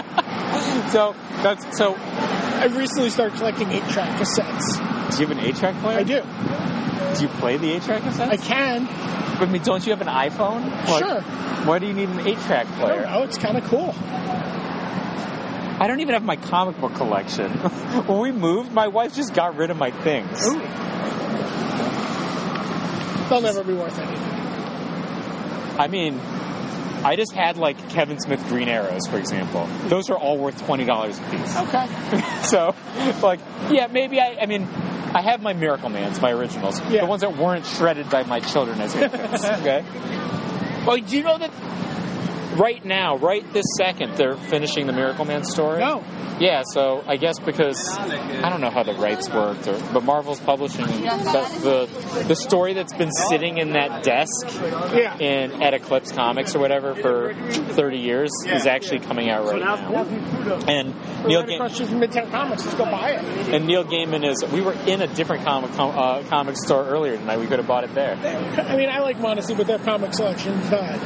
S3: so, that's so.
S6: I recently started collecting eight track cassettes.
S3: Do you have an A track player?
S6: I do.
S3: Do you play the A track
S6: I
S3: cassette?
S6: can.
S3: I mean, don't you have an iPhone? Like,
S6: Sure.
S3: Why do you need an A track
S6: I don't
S3: player?
S6: know. It's kind of cool.
S3: I don't even have my comic book collection. when we moved, my wife just got rid of my things.
S6: They'll never be worth anything.
S3: I mean, I just had like Kevin Smith Green Arrows, for example. Those are all worth twenty dollars a piece.
S6: Okay.
S3: so, like, yeah, maybe I. I mean, I have my Miracle Man's, my originals,
S6: Yeah.
S3: the ones that weren't shredded by my children as infants. okay. Well, do you know that right now, right this second, they're finishing the Miracle Man story?
S6: No.
S3: Yeah, so I guess because I don't know how the rights worked, or, but Marvel's publishing the, the the story that's been sitting in that desk
S6: Yeah.
S3: in at Eclipse Comics or whatever for 30 years is actually coming out right now. And Neil
S6: Neil
S3: Ga-
S6: Crushers from Midtown Comics. Let's go buy it.
S3: and Neil Gaiman is. We were in a different comic com- uh, comic store earlier tonight. We could have bought it there.
S6: I mean, I like Modesty, but their comic selection's not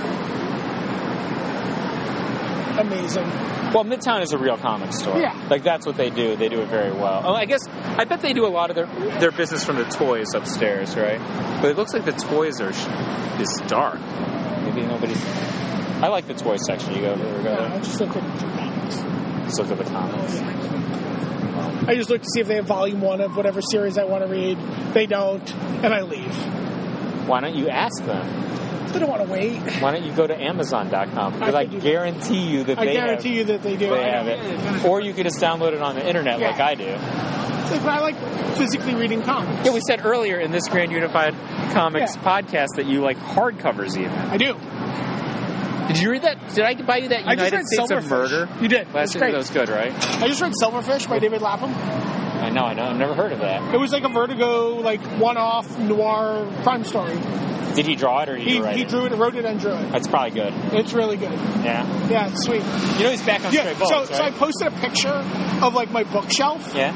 S6: amazing.
S3: Well, Midtown is a real comic store.
S6: Yeah.
S3: Like that's what they do. They do it very well. Oh, I guess I bet they do a lot of their their business from the toys upstairs, right? But it looks like the toys are sh- is dark. Maybe nobody's. I like the toy section. You go over there.
S6: No, I
S3: Go
S6: just looked at comics.
S3: just look at the comics.
S6: I just look to see if they have volume one of whatever series I want to read. They don't, and I leave.
S3: Why don't you ask them?
S6: I don't want to wait.
S3: Why don't you go to Amazon.com? Because
S6: I
S3: I
S6: could do that.
S3: guarantee you that
S6: I
S3: they
S6: guarantee you that they do.
S3: have, they
S6: I
S3: have
S6: know.
S3: it. Or you could just download it on the internet
S6: Yeah.
S3: like I do. Yeah,
S6: It's like, but I like physically reading comics.
S3: we said earlier in this Grand Unified Comics
S6: Yeah.
S3: podcast that you like hardcovers even.
S6: I do.
S3: Did you read that? Did I buy you that
S6: I just
S3: United
S6: read
S3: States of
S6: Silverfish.
S3: Murder?
S6: You did.
S3: Last
S6: It's great.
S3: that was good, right?
S6: I just read Silverfish by David Lapham.
S3: I know, I know. I've never heard of that.
S6: It was like a Vertigo, like one-off noir crime story.
S3: Did he draw it or did
S6: He,
S3: you write
S6: he
S3: it?
S6: drew it, wrote it, and drew it.
S3: That's probably good.
S6: It's really good.
S3: Yeah.
S6: Yeah, it's sweet.
S3: You know he's back on
S6: Yeah.
S3: straight
S6: So,
S3: bullets,
S6: so I
S3: right?
S6: posted a picture of like my bookshelf,
S3: yeah.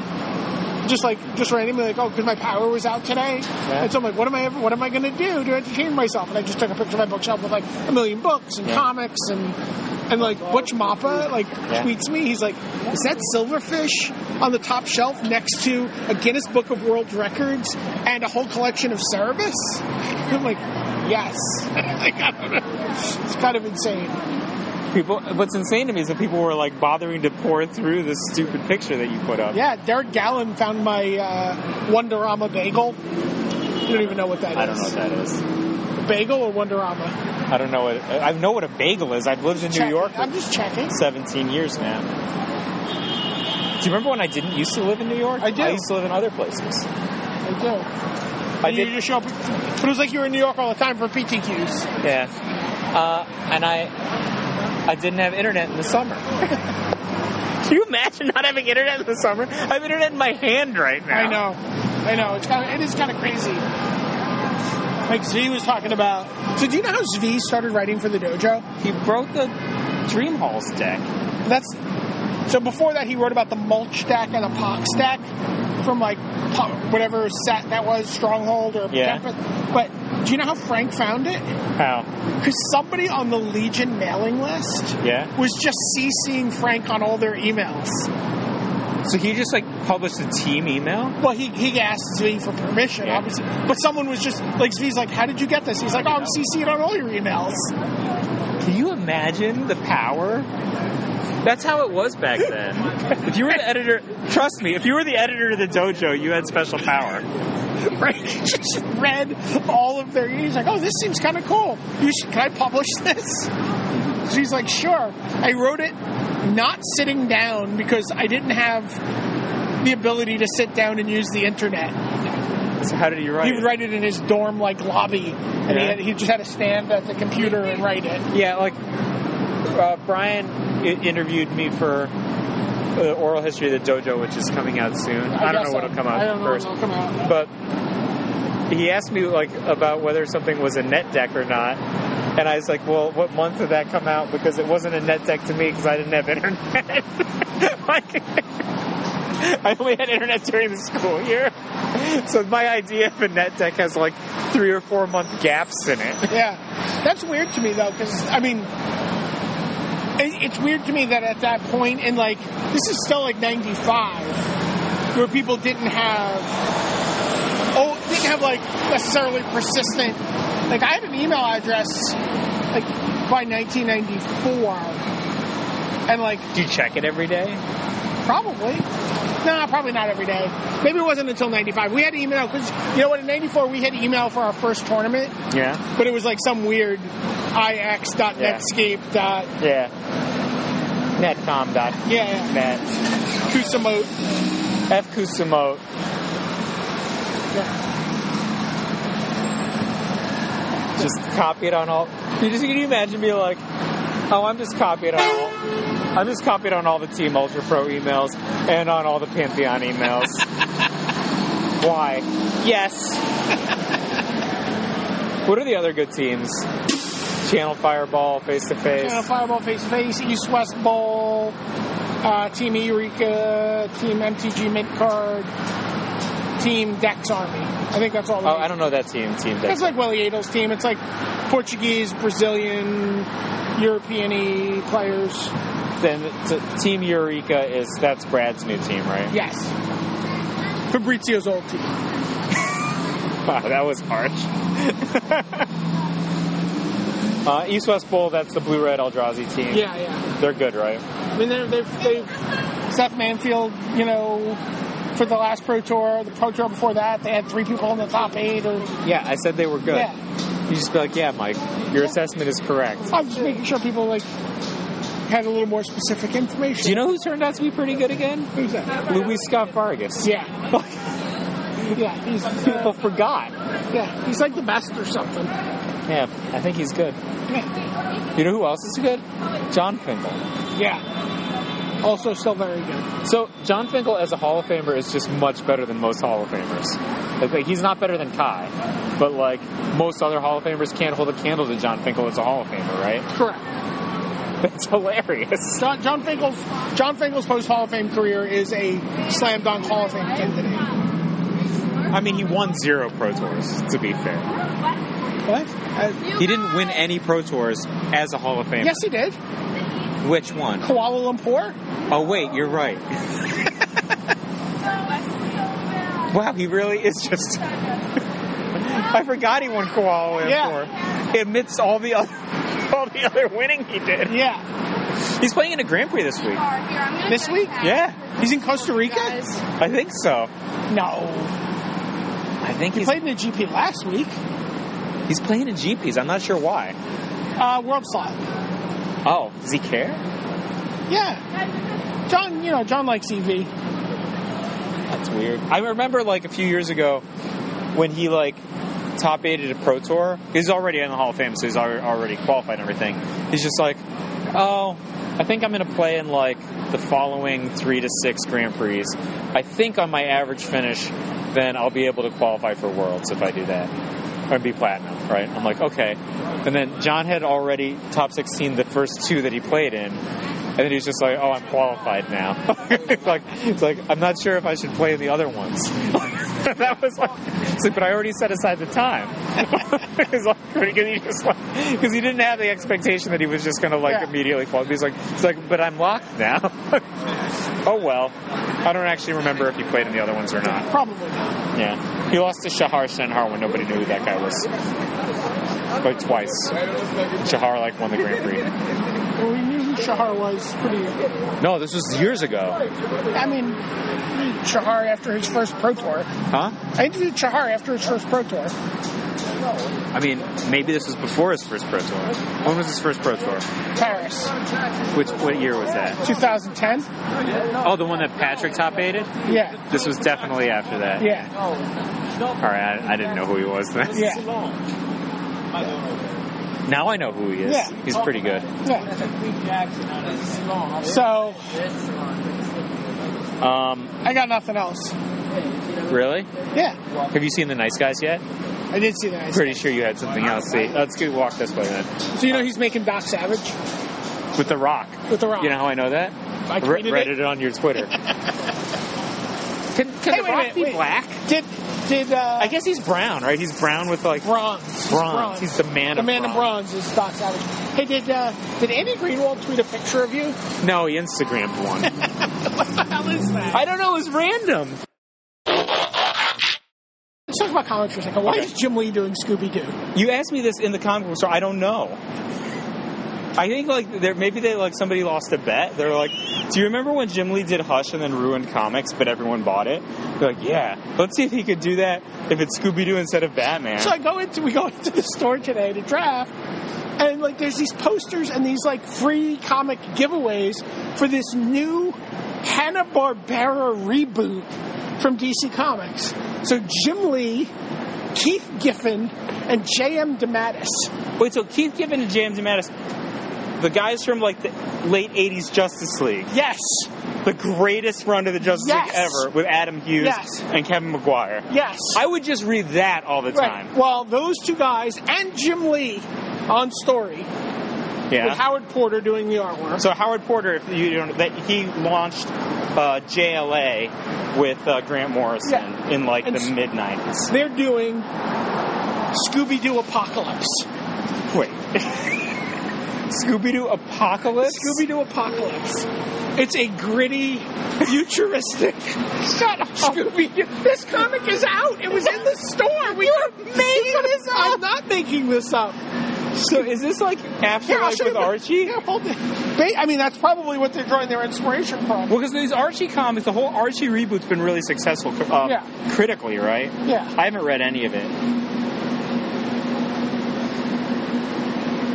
S6: just like just randomly, like oh, because my power was out today, and so I'm like, what am I ever, what am I gonna do to entertain myself? And I just took a picture of my bookshelf with like a million books and
S3: Yeah.
S6: comics and. And like Butch Mappa like
S3: Yeah.
S6: tweets me, he's like, "Is that silverfish on the top shelf next to a Guinness Book of World Records and a whole collection of Cerebus?" I'm like, "Yes." like, I don't know. It's kind of insane.
S3: People. What's insane to me is that people were like bothering to pour through this stupid picture that you put up.
S6: Yeah, Derek Gallen found my uh, Wonderama bagel. You don't even know what that is.
S3: I don't know what that is.
S6: Bagel or Wonderama?
S3: I don't know what. I know what a bagel is. I've lived in New
S6: Check-
S3: York for
S6: I'm just checking.
S3: 17 years now. Do you remember when I didn't used to live in New York?
S6: I do.
S3: I used to live in other places.
S6: I do.
S3: I
S6: you
S3: did.
S6: just show up. But it was like you were in New York all the time for PTQs.
S3: Yeah. Uh, and I, I didn't have internet in the summer. Can you imagine not having internet in the summer? I have internet in my hand right now.
S6: I know. I know. It's kind of, it is kind of crazy. Like Z was talking about. So do you know how Zvi started writing for the dojo?
S3: He broke the Dream Halls deck.
S6: That's so. Before that, he wrote about the mulch deck and the pox deck from like po- whatever set that was, Stronghold or
S3: Yeah.
S6: But do you know how Frank found it?
S3: How?
S6: Because somebody on the Legion mailing list
S3: Yeah.
S6: was just CCing Frank on all their emails.
S3: So he just like published a team email.
S6: Well, he, he asked Zvi for permission,
S3: Yeah.
S6: obviously. But someone was just, like, Zvi's like, how did you get this? He's like, oh, I'm CC'd on all your emails.
S3: Can you imagine the power? That's how it was back then. if you were the editor, trust me, if you were the editor of the dojo, you had special power.
S6: Frank just read all of their emails. He's like, oh, this seems kind of cool. You should, can I publish this? Zvi's like, sure. I wrote it not sitting down because I didn't have the ability to sit down and use the internet.
S3: So how did you write
S6: He would
S3: it?
S6: write it in his dorm like lobby, and he,
S3: Yeah.
S6: had, he just had a stand at the computer and write it.
S3: Yeah, like uh, Brian i- interviewed me for uh, Oral History of the Dojo, which is coming out soon. I, don't
S6: guess
S3: know
S6: so.
S3: what'll come out
S6: I don't know
S3: first,
S6: what'll come out.
S3: but he asked me like about whether something was a net deck or not. And I was like, "Well, what month did that come out? Because it wasn't a net deck to me because I didn't have internet. like, I only had internet during the school year, so my idea of a net deck has like three or four month gaps in it.
S6: Yeah, that's weird to me though, because I mean, it, it's weird to me that at that point in like this is still like '95, where people didn't have oh didn't have like necessarily persistent. Like I had an email address like by 1994, and like
S3: Do you check it every day?
S6: Probably. No, probably not every day. Maybe it wasn't until 95. We had email because, you know what, in 94 we had email for our first tournament,
S3: Yeah.
S6: but it was like some weird ix.netscape. Dot,
S3: Yeah. Netcom.net.
S6: yeah, yeah. Kusamo.
S3: F. Kusumote.
S6: Yeah.
S3: Just copy it on all. You just can you imagine being like, oh, I'm just copied on all. I'm just copied on all the Team Ultra Pro emails and on all the Pantheon emails. Why? Yes. what are the other good teams? Channel Fireball, Face to Face.
S6: Uh, Fireball Face to Face, East West Bowl, uh, Team Eureka, Team MTG Midcard, Team Dex Army. I think that's all. we
S3: Oh,
S6: need.
S3: I don't know that team. Team
S6: It's
S3: Dex.
S6: like Willie Adel's team. It's like Portuguese, Brazilian, European players.
S3: Then t- Team Eureka is that's Brad's new team, right?
S6: Yes. Fabrizio's old team.
S3: Wow, that was harsh. uh, East West Bowl, that's the blue red Eldrazi team.
S6: Yeah, yeah.
S3: They're good, right?
S6: I mean, they're, they've, they've Seth Manfield, you know, for the last Pro Tour, the Pro Tour before that, they had three people in the top eight. Or
S3: Yeah, I said they were good.
S6: yeah,
S3: You just be like, yeah, Mike, your assessment is correct.
S6: I'm just making sure people like had a little more specific information.
S3: Do you know who turned out to be pretty good again?
S6: who's that?
S3: Luis Scott Vargas.
S6: Yeah, yeah. He's
S3: People forgot.
S6: yeah, he's like the best or something.
S3: Yeah, I think he's good.
S6: Yeah,
S3: You know who else is good? John Finkel.
S6: yeah. Also, still very good.
S3: So John Finkel as a Hall of Famer is just much better than most Hall of Famers. Like, like, he's not better than Kai, but like most other Hall of Famers can't hold a candle to John Finkel as a Hall of Famer, right?
S6: Correct.
S3: That's hilarious.
S6: John, John Finkel's John Finkel's post Hall of Fame career is a slam dunk Hall of Fame candidate.
S3: I mean, he won zero Pro Tours. To be fair,
S6: What? Uh,
S3: he didn't win any Pro Tours as a Hall of Famer.
S6: yes, he did.
S3: Which one?
S6: Kuala Lumpur.
S3: Oh wait, you're right. wow, he really is just. I forgot he won Koala for
S6: Yeah.
S3: amidst all the other all the other winning he did.
S6: Yeah.
S3: He's playing in a Grand Prix this week.
S6: This week?
S3: Yeah,
S6: He's in Costa Rica.
S7: Guys,
S3: I think so.
S6: No.
S3: I think
S6: He
S3: he's
S6: played in the GP last week.
S3: he's playing in GPs. I'm not sure why.
S6: Uh, world slot.
S3: Oh, does he care?
S6: Yeah. John, you know, John likes E EV.
S3: That's weird. I remember like a few years ago when he like top aided a pro tour. He's already in the Hall of Fame, so he's al- already qualified and everything. He's just like, oh, I think I'm going to play in like the following three to six Grand Prix. I think on my average finish, then I'll be able to qualify for Worlds if I do that. Or be platinum, right? I'm like, okay. And then John had already top 16 the first two that he played in. And then he's just like, oh, I'm qualified now. It's like, it's like, I'm not sure if I should play in the other ones. that was like, it's like, but I already set aside the time. it's like, because he just like, because he didn't have the expectation that he was just going to like
S6: Yeah.
S3: immediately qualify. He's like, it's like, but I'm locked now. oh well, I don't actually remember if he played in the other ones or not.
S6: Probably not.
S3: Yeah, he lost to Shahar Shenhar when nobody knew who that guy was, but twice. Shahar like won the Grand Prix.
S6: Well, we knew who Shahar was pretty.
S3: No, this was years ago,
S6: I mean, Shahar after his first Pro Tour.
S3: huh?
S6: I interviewed Shahar after his first Pro Tour.
S3: I mean, maybe this was before his first pro tour. When was his first pro tour?
S6: Paris,
S3: Which what year was that?
S6: 2010.
S3: Oh, the one that Patrick top aided.
S6: Yeah,
S3: This was definitely after that.
S6: yeah,
S3: All right, I, I didn't know who he was then.
S6: yeah,
S3: Now I know who he is.
S6: Yeah.
S3: He's pretty good.
S6: yeah. So
S3: Um,
S6: I got nothing else.
S3: really?
S6: Yeah,
S3: Have you seen the Nice Guys yet?
S6: I did see that.
S3: Pretty sure you had something else. See, let's go walk this way then.
S6: So you know he's making Doc Savage
S3: With the Rock.
S6: with the Rock.
S3: You know how I know that?
S6: I
S3: Re-
S6: tweeted
S3: read
S6: it.
S3: it. on your Twitter. can can the
S6: Hey, wait a
S3: Rock
S6: minute,
S3: be
S6: wait.
S3: black?
S6: Did did uh,
S3: I guess he's brown, right? He's brown with like
S6: bronze, bronze?
S3: Bronze. He's the man
S6: The
S3: of
S6: man
S3: bronze.
S6: of bronze is Doc Savage. Hey, did uh, did Andy Greenwald tweet a picture of you?
S3: No, he Instagrammed one.
S6: What the hell is that?
S3: I don't know. It was random.
S6: Let's talk about college for a second. Why
S3: Okay.
S6: is Jim Lee doing Scooby Doo?
S3: You asked me this in the comic book store. I don't know. I think like there maybe they like somebody lost a bet. They're like, do you remember when Jim Lee did Hush and then ruined comics, but everyone bought it? They're like, yeah. Let's see if he could do that if it's Scooby Doo instead of Batman.
S6: So I go into we go into the store today to draft, and like there's these posters and these like free comic giveaways for this new Hanna Barbera reboot from DC Comics. So Jim Lee, Keith Giffen, and J.M. DeMattis.
S3: Wait, so Keith Giffen and James Mattis, the guys from like the late '80s Justice League,
S6: Yes,
S3: the greatest run of the Justice League
S6: Yes.
S3: ever with Adam Hughes
S6: Yes.
S3: and Kevin McGuire.
S6: yes.
S3: I would just read that all the
S6: right.
S3: time.
S6: Well, those two guys and Jim Lee on story with
S3: Yeah.
S6: Howard Porter doing the artwork.
S3: So Howard Porter, if you don't, that he launched uh, JLA with uh, Grant Morrison
S6: Yeah.
S3: in like
S6: And
S3: the
S6: s-
S3: mid '90s.
S6: They're doing Scooby Doo Apocalypse.
S3: Wait, Scooby Doo Apocalypse?
S6: Scooby Doo Apocalypse. It's a gritty, futuristic. Shut up. Scooby Doo. This comic is out. It was in the store. We You're making this up. I'm not making this up.
S3: So is this like
S6: I'll
S3: Afterlife
S6: show
S3: with
S6: you the-
S3: Archie?
S6: Yeah, hold it. Ba- I mean, that's probably what they're drawing their inspiration from.
S3: Well, because these Archie comics, the whole Archie reboot's been really successful uh,
S6: Yeah.
S3: critically, right?
S6: Yeah.
S3: I haven't read any of it.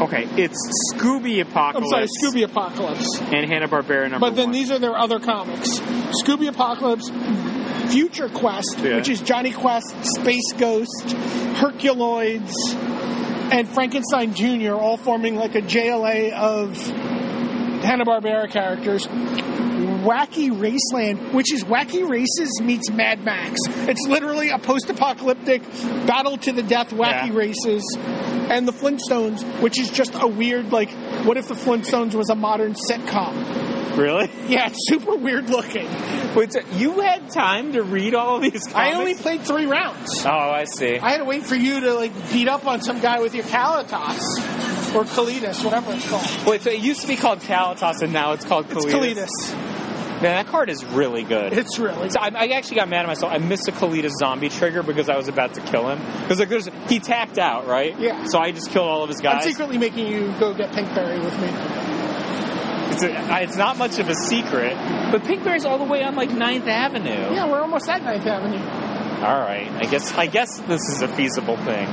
S3: Okay, it's Scooby
S6: I'm
S3: Apocalypse
S6: sorry, Scooby Apocalypse.
S3: and Hanna Barbera number
S6: But then
S3: one.
S6: these are their other comics Scooby Apocalypse, Future Quest,
S3: Yeah.
S6: which is Johnny Quest, Space Ghost, Herculoids, and Frankenstein Jr., all forming like a JLA of Hanna Barbera characters. Wacky Raceland, which is Wacky Races meets Mad Max. It's literally a post apocalyptic battle to the death Wacky
S3: Yeah.
S6: Races and the Flintstones, which is just a weird, like, what if the Flintstones was a modern sitcom?
S3: Really?
S6: Yeah, it's super weird looking.
S3: Wait, so you had time to read all these comics?
S6: I only played three rounds.
S3: Oh, I see.
S6: I had to wait for you to like beat up on some guy with your Kalatos or Kalitas, whatever it's called.
S3: Wait, so it used to be called Kalatos and now it's called
S6: It's
S3: Kalidas.
S6: Kalitas.
S3: Man, that card is really good.
S6: It's really
S3: So I, I actually got mad at myself. I missed the Kalita zombie trigger because I was about to kill him. Because like, there's he tapped out, right?
S6: Yeah.
S3: So I just killed all of his
S6: I'm
S3: guys.
S6: secretly making you go get Pinkberry with me.
S3: It's, a, I- it's not much of a secret. But Pinkberry's all the way on like 9th Avenue.
S6: Yeah, we're almost at Ninth Avenue.
S3: All right. I guess I guess this is a feasible thing.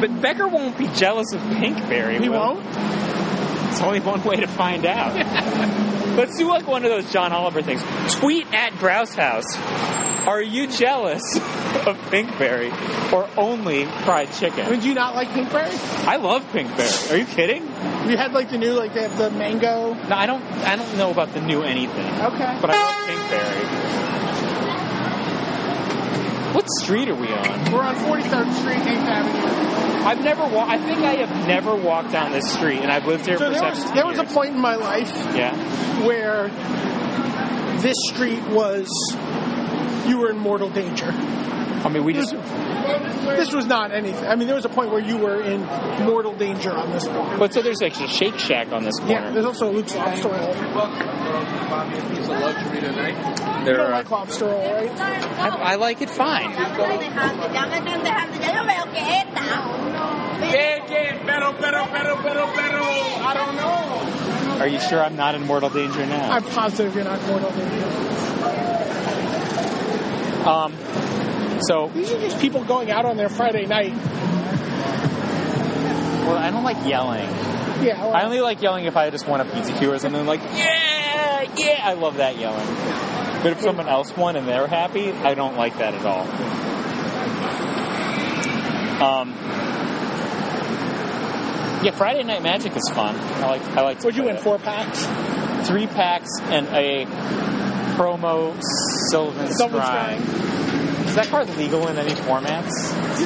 S3: But Becker won't be jealous of Pinkberry.
S6: He
S3: will
S6: won't?
S3: It's only one way to find out. Let's do like one of those John Oliver things. Tweet at Grouse House. Are you jealous of Pinkberry or only fried chicken?
S6: Would you not like Pinkberry?
S3: I love Pinkberry. Are you kidding? No,
S6: You had like the new, like they have the mango.
S3: I don't. I don't know about the new anything,
S6: Okay.
S3: but I love Pinkberry. What street are we on?
S6: We're on 43rd Street, 8th Avenue.
S3: I've never walked. I think I have never walked down this street, and I've lived here
S6: So
S3: for
S6: there was,
S3: 17
S6: there was a
S3: years.
S6: point in my life
S3: Yeah.
S6: where this street was, you were in mortal danger.
S3: I mean, we
S6: This,
S3: just.
S6: this was not anything. I mean, there was a point where you were in mortal danger on this block.
S3: But so there's actually a Shake Shack on this corner.
S6: Yeah, there's also Luke's Lobster Roll. You
S3: There
S6: don't
S3: are-
S6: like lobster roll, right?
S3: I, I like it fine. Are you sure I'm not in mortal danger now?
S6: I'm positive you're not mortal danger.
S3: Um, so,
S6: These are just people going out on their Friday night.
S3: well, I don't like yelling.
S6: Yeah,
S3: I
S6: well,
S3: only like yelling if I just want a PTQ or something. Like, yeah, yeah, I love that yelling. But if someone else won and they're happy, I don't like that at all. Um, yeah, Friday Night Magic is fun. I like. I like. to
S6: what'd you
S3: play
S6: win?
S3: it.
S6: Four packs?
S3: Three packs and a promo Sylvan's
S6: Someone's
S3: Grind.
S6: dying.
S3: Is that card legal in any formats?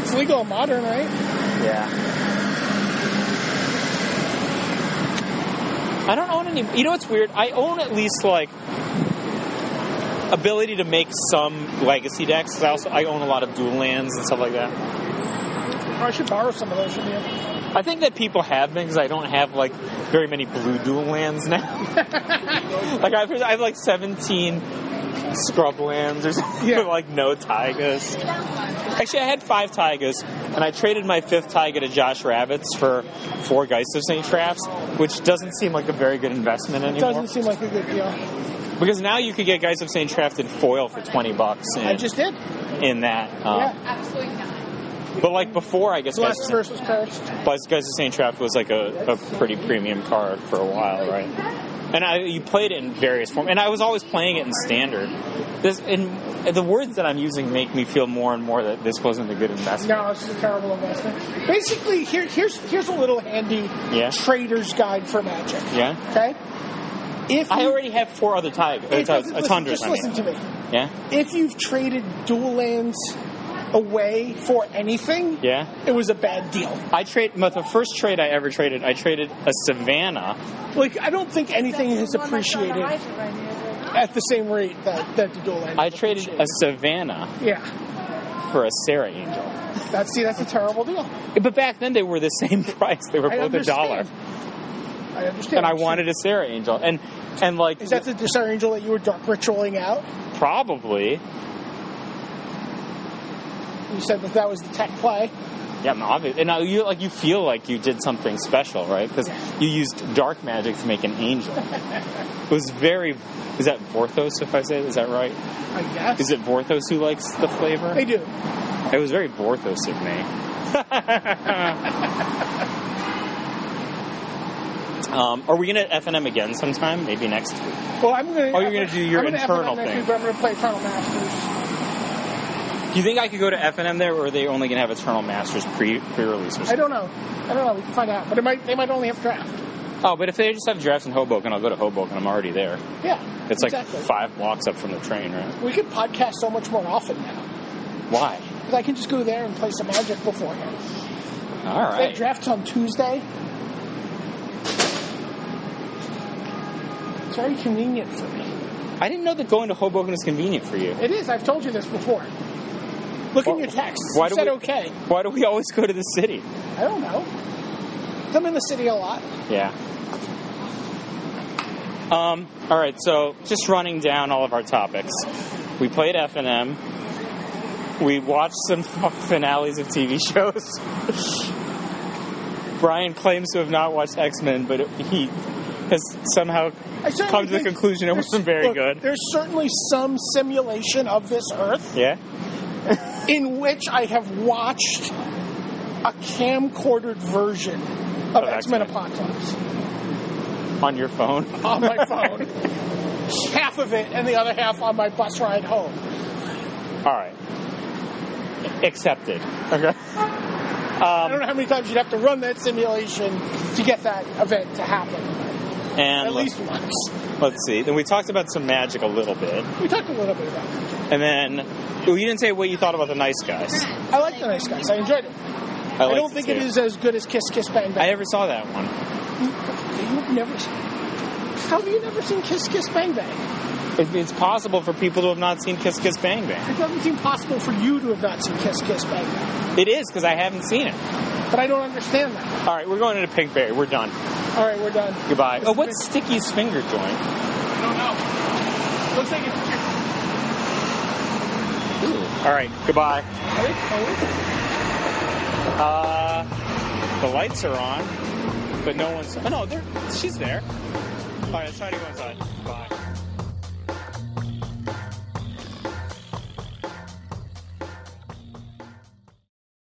S6: It's legal and modern, right?
S3: Yeah. I don't own any. You know what's weird? I own at least like ability to make some legacy decks. 'cause I also I own a lot of dual lands and stuff like that.
S6: I should borrow some of those from you.
S3: I think that people have been because I don't have like very many blue dual lands now. like I've, I have like seventeen scrub lands or something.
S6: Yeah.
S3: like no taigas. Actually, I had five taigas, and I traded my fifth taiga to Josh Rabbits for four Geist of St. Traps, which doesn't seem like a very good investment
S6: It
S3: anymore.
S6: doesn't seem like a good deal.
S3: Because now you could get Geist of St. Traps in foil for twenty bucks. In,
S6: I just did.
S3: in that. Um,
S6: Yeah.
S3: But like before, I guess Geist of
S6: Blessed versus cursed.
S3: Plus, Guys of St. Traff was like a, a pretty premium card for a while, right? And I, you played it in various forms, and I was always playing it in standard. This and the words that I'm using make me feel more and more that this wasn't a good investment.
S6: No, this is a terrible investment. Basically, here, here's here's a little handy
S3: Yeah.
S6: trader's guide for magic.
S3: Yeah,
S6: Okay. If
S3: I
S6: you-
S3: already have four other tigers,
S6: Hey,
S3: uh,
S6: listen-
S3: a
S6: listen-
S3: tundras.
S6: Just
S3: I
S6: listen
S3: mean.
S6: to me.
S3: Yeah,
S6: If you've traded dual lands away for anything,
S3: yeah.
S6: it was a bad deal.
S3: I trade. but The first trade I ever traded, I traded a Savannah.
S6: Like I don't think anything has appreciated at the same rate that, that the dual land.
S3: I
S6: has
S3: traded a
S6: appreciated.
S3: Savannah
S6: yeah.
S3: for a Sarah Angel.
S6: That's see, that's a terrible deal.
S3: But back then they were the same price. They were
S6: I
S3: both a
S6: understand.
S3: dollar.
S6: I understand.
S3: And I wanted a Sarah Angel. And and like
S6: Is that the Desire Angel that you were dark ritualing out?
S3: Probably.
S6: You said that that was the tech play.
S3: Yeah, I'm obvious. And now you like you feel like you did something special, right? Because you used dark magic to make an angel. it was very. Is that Vorthos? If I say it, is that right?
S6: I guess
S3: Is it Vorthos who likes the flavor?
S6: they do.
S3: It was very Vorthos of me. um, are we gonna F and M again sometime? Maybe next week.
S6: Well, I'm gonna.
S3: Oh, you're gonna do your
S6: I'm gonna
S3: internal
S6: F it on next
S3: thing.
S6: week, but I'm gonna play Eternal Masters.
S3: Do you think I could go to F and M there, or are they only gonna have Eternal Masters pre pre release?
S6: I don't know. I don't know. We can find out. But it might. They might only have draft.
S3: Oh, but if they just have giraffes in Hoboken, I'll go to Hoboken. I'm already there.
S6: Yeah.
S3: It's like
S6: exactly.
S3: five blocks up from the train, right?
S6: We could podcast so much more often now.
S3: Why?
S6: 'Cause I can just go there and play some magic beforehand.
S3: All
S6: They
S3: right.
S6: have drafts on Tuesday. It's very convenient for me.
S3: I didn't know that going to Hoboken is convenient for you.
S6: It is. I've told you this before. Look in your texts.
S3: Why
S6: you
S3: do
S6: said
S3: we-
S6: okay.
S3: Why do we always go to the city?
S6: I don't know. I'm in the city a lot.
S3: Yeah. Um, all right, so just running down all of our topics. We played F and M. We watched some f- finales of TV shows. Brian claims to have not watched X Men, but it, he has somehow
S6: I certainly
S3: come to the
S6: think
S3: conclusion it
S6: there's-
S3: wasn't very
S6: look,
S3: good.
S6: There's certainly some simulation of this Earth
S3: Yeah,
S6: in which I have watched a camcordered version of,
S3: Of
S6: X
S3: X-Men.
S6: Men Apocalypse
S3: on your phone.
S6: on my phone. half of it, and the other half on my bus ride home.
S3: All right, accepted. Okay.
S6: I don't
S3: Um,
S6: know how many times you'd have to run that simulation to get that event to happen.
S3: and
S6: At
S3: let-
S6: least once.
S3: let's see. Then we talked about some magic a little bit.
S6: We talked a little bit about it.
S3: And then, well, you didn't say what you thought about the nice guys.
S6: I like the nice guys. I enjoyed it.
S3: I,
S6: I
S3: liked
S6: don't think it
S3: too.
S6: is as good as Kiss Kiss Bang
S3: I
S6: Bang.
S3: never saw that one.
S6: You've never seen. How have you never seen Kiss Kiss Bang Bang?
S3: It, it's possible for people to have not seen Kiss Kiss Bang Bang.
S6: It doesn't seem possible for you to have not seen Kiss Kiss Bang Bang.
S3: It is because I haven't seen it.
S6: But I don't understand that.
S3: All right, we're going into Pinkberry. We're done.
S6: All right, we're done.
S3: Goodbye.
S6: This
S3: Oh,
S6: has
S3: what's Sticky's finger joint?
S6: I don't know. Looks like it's.
S3: All right, goodbye.
S6: Are we closed?
S3: Uh, the lights are on, but no one's. Oh no, they're, she's there. All right, let's try to go inside.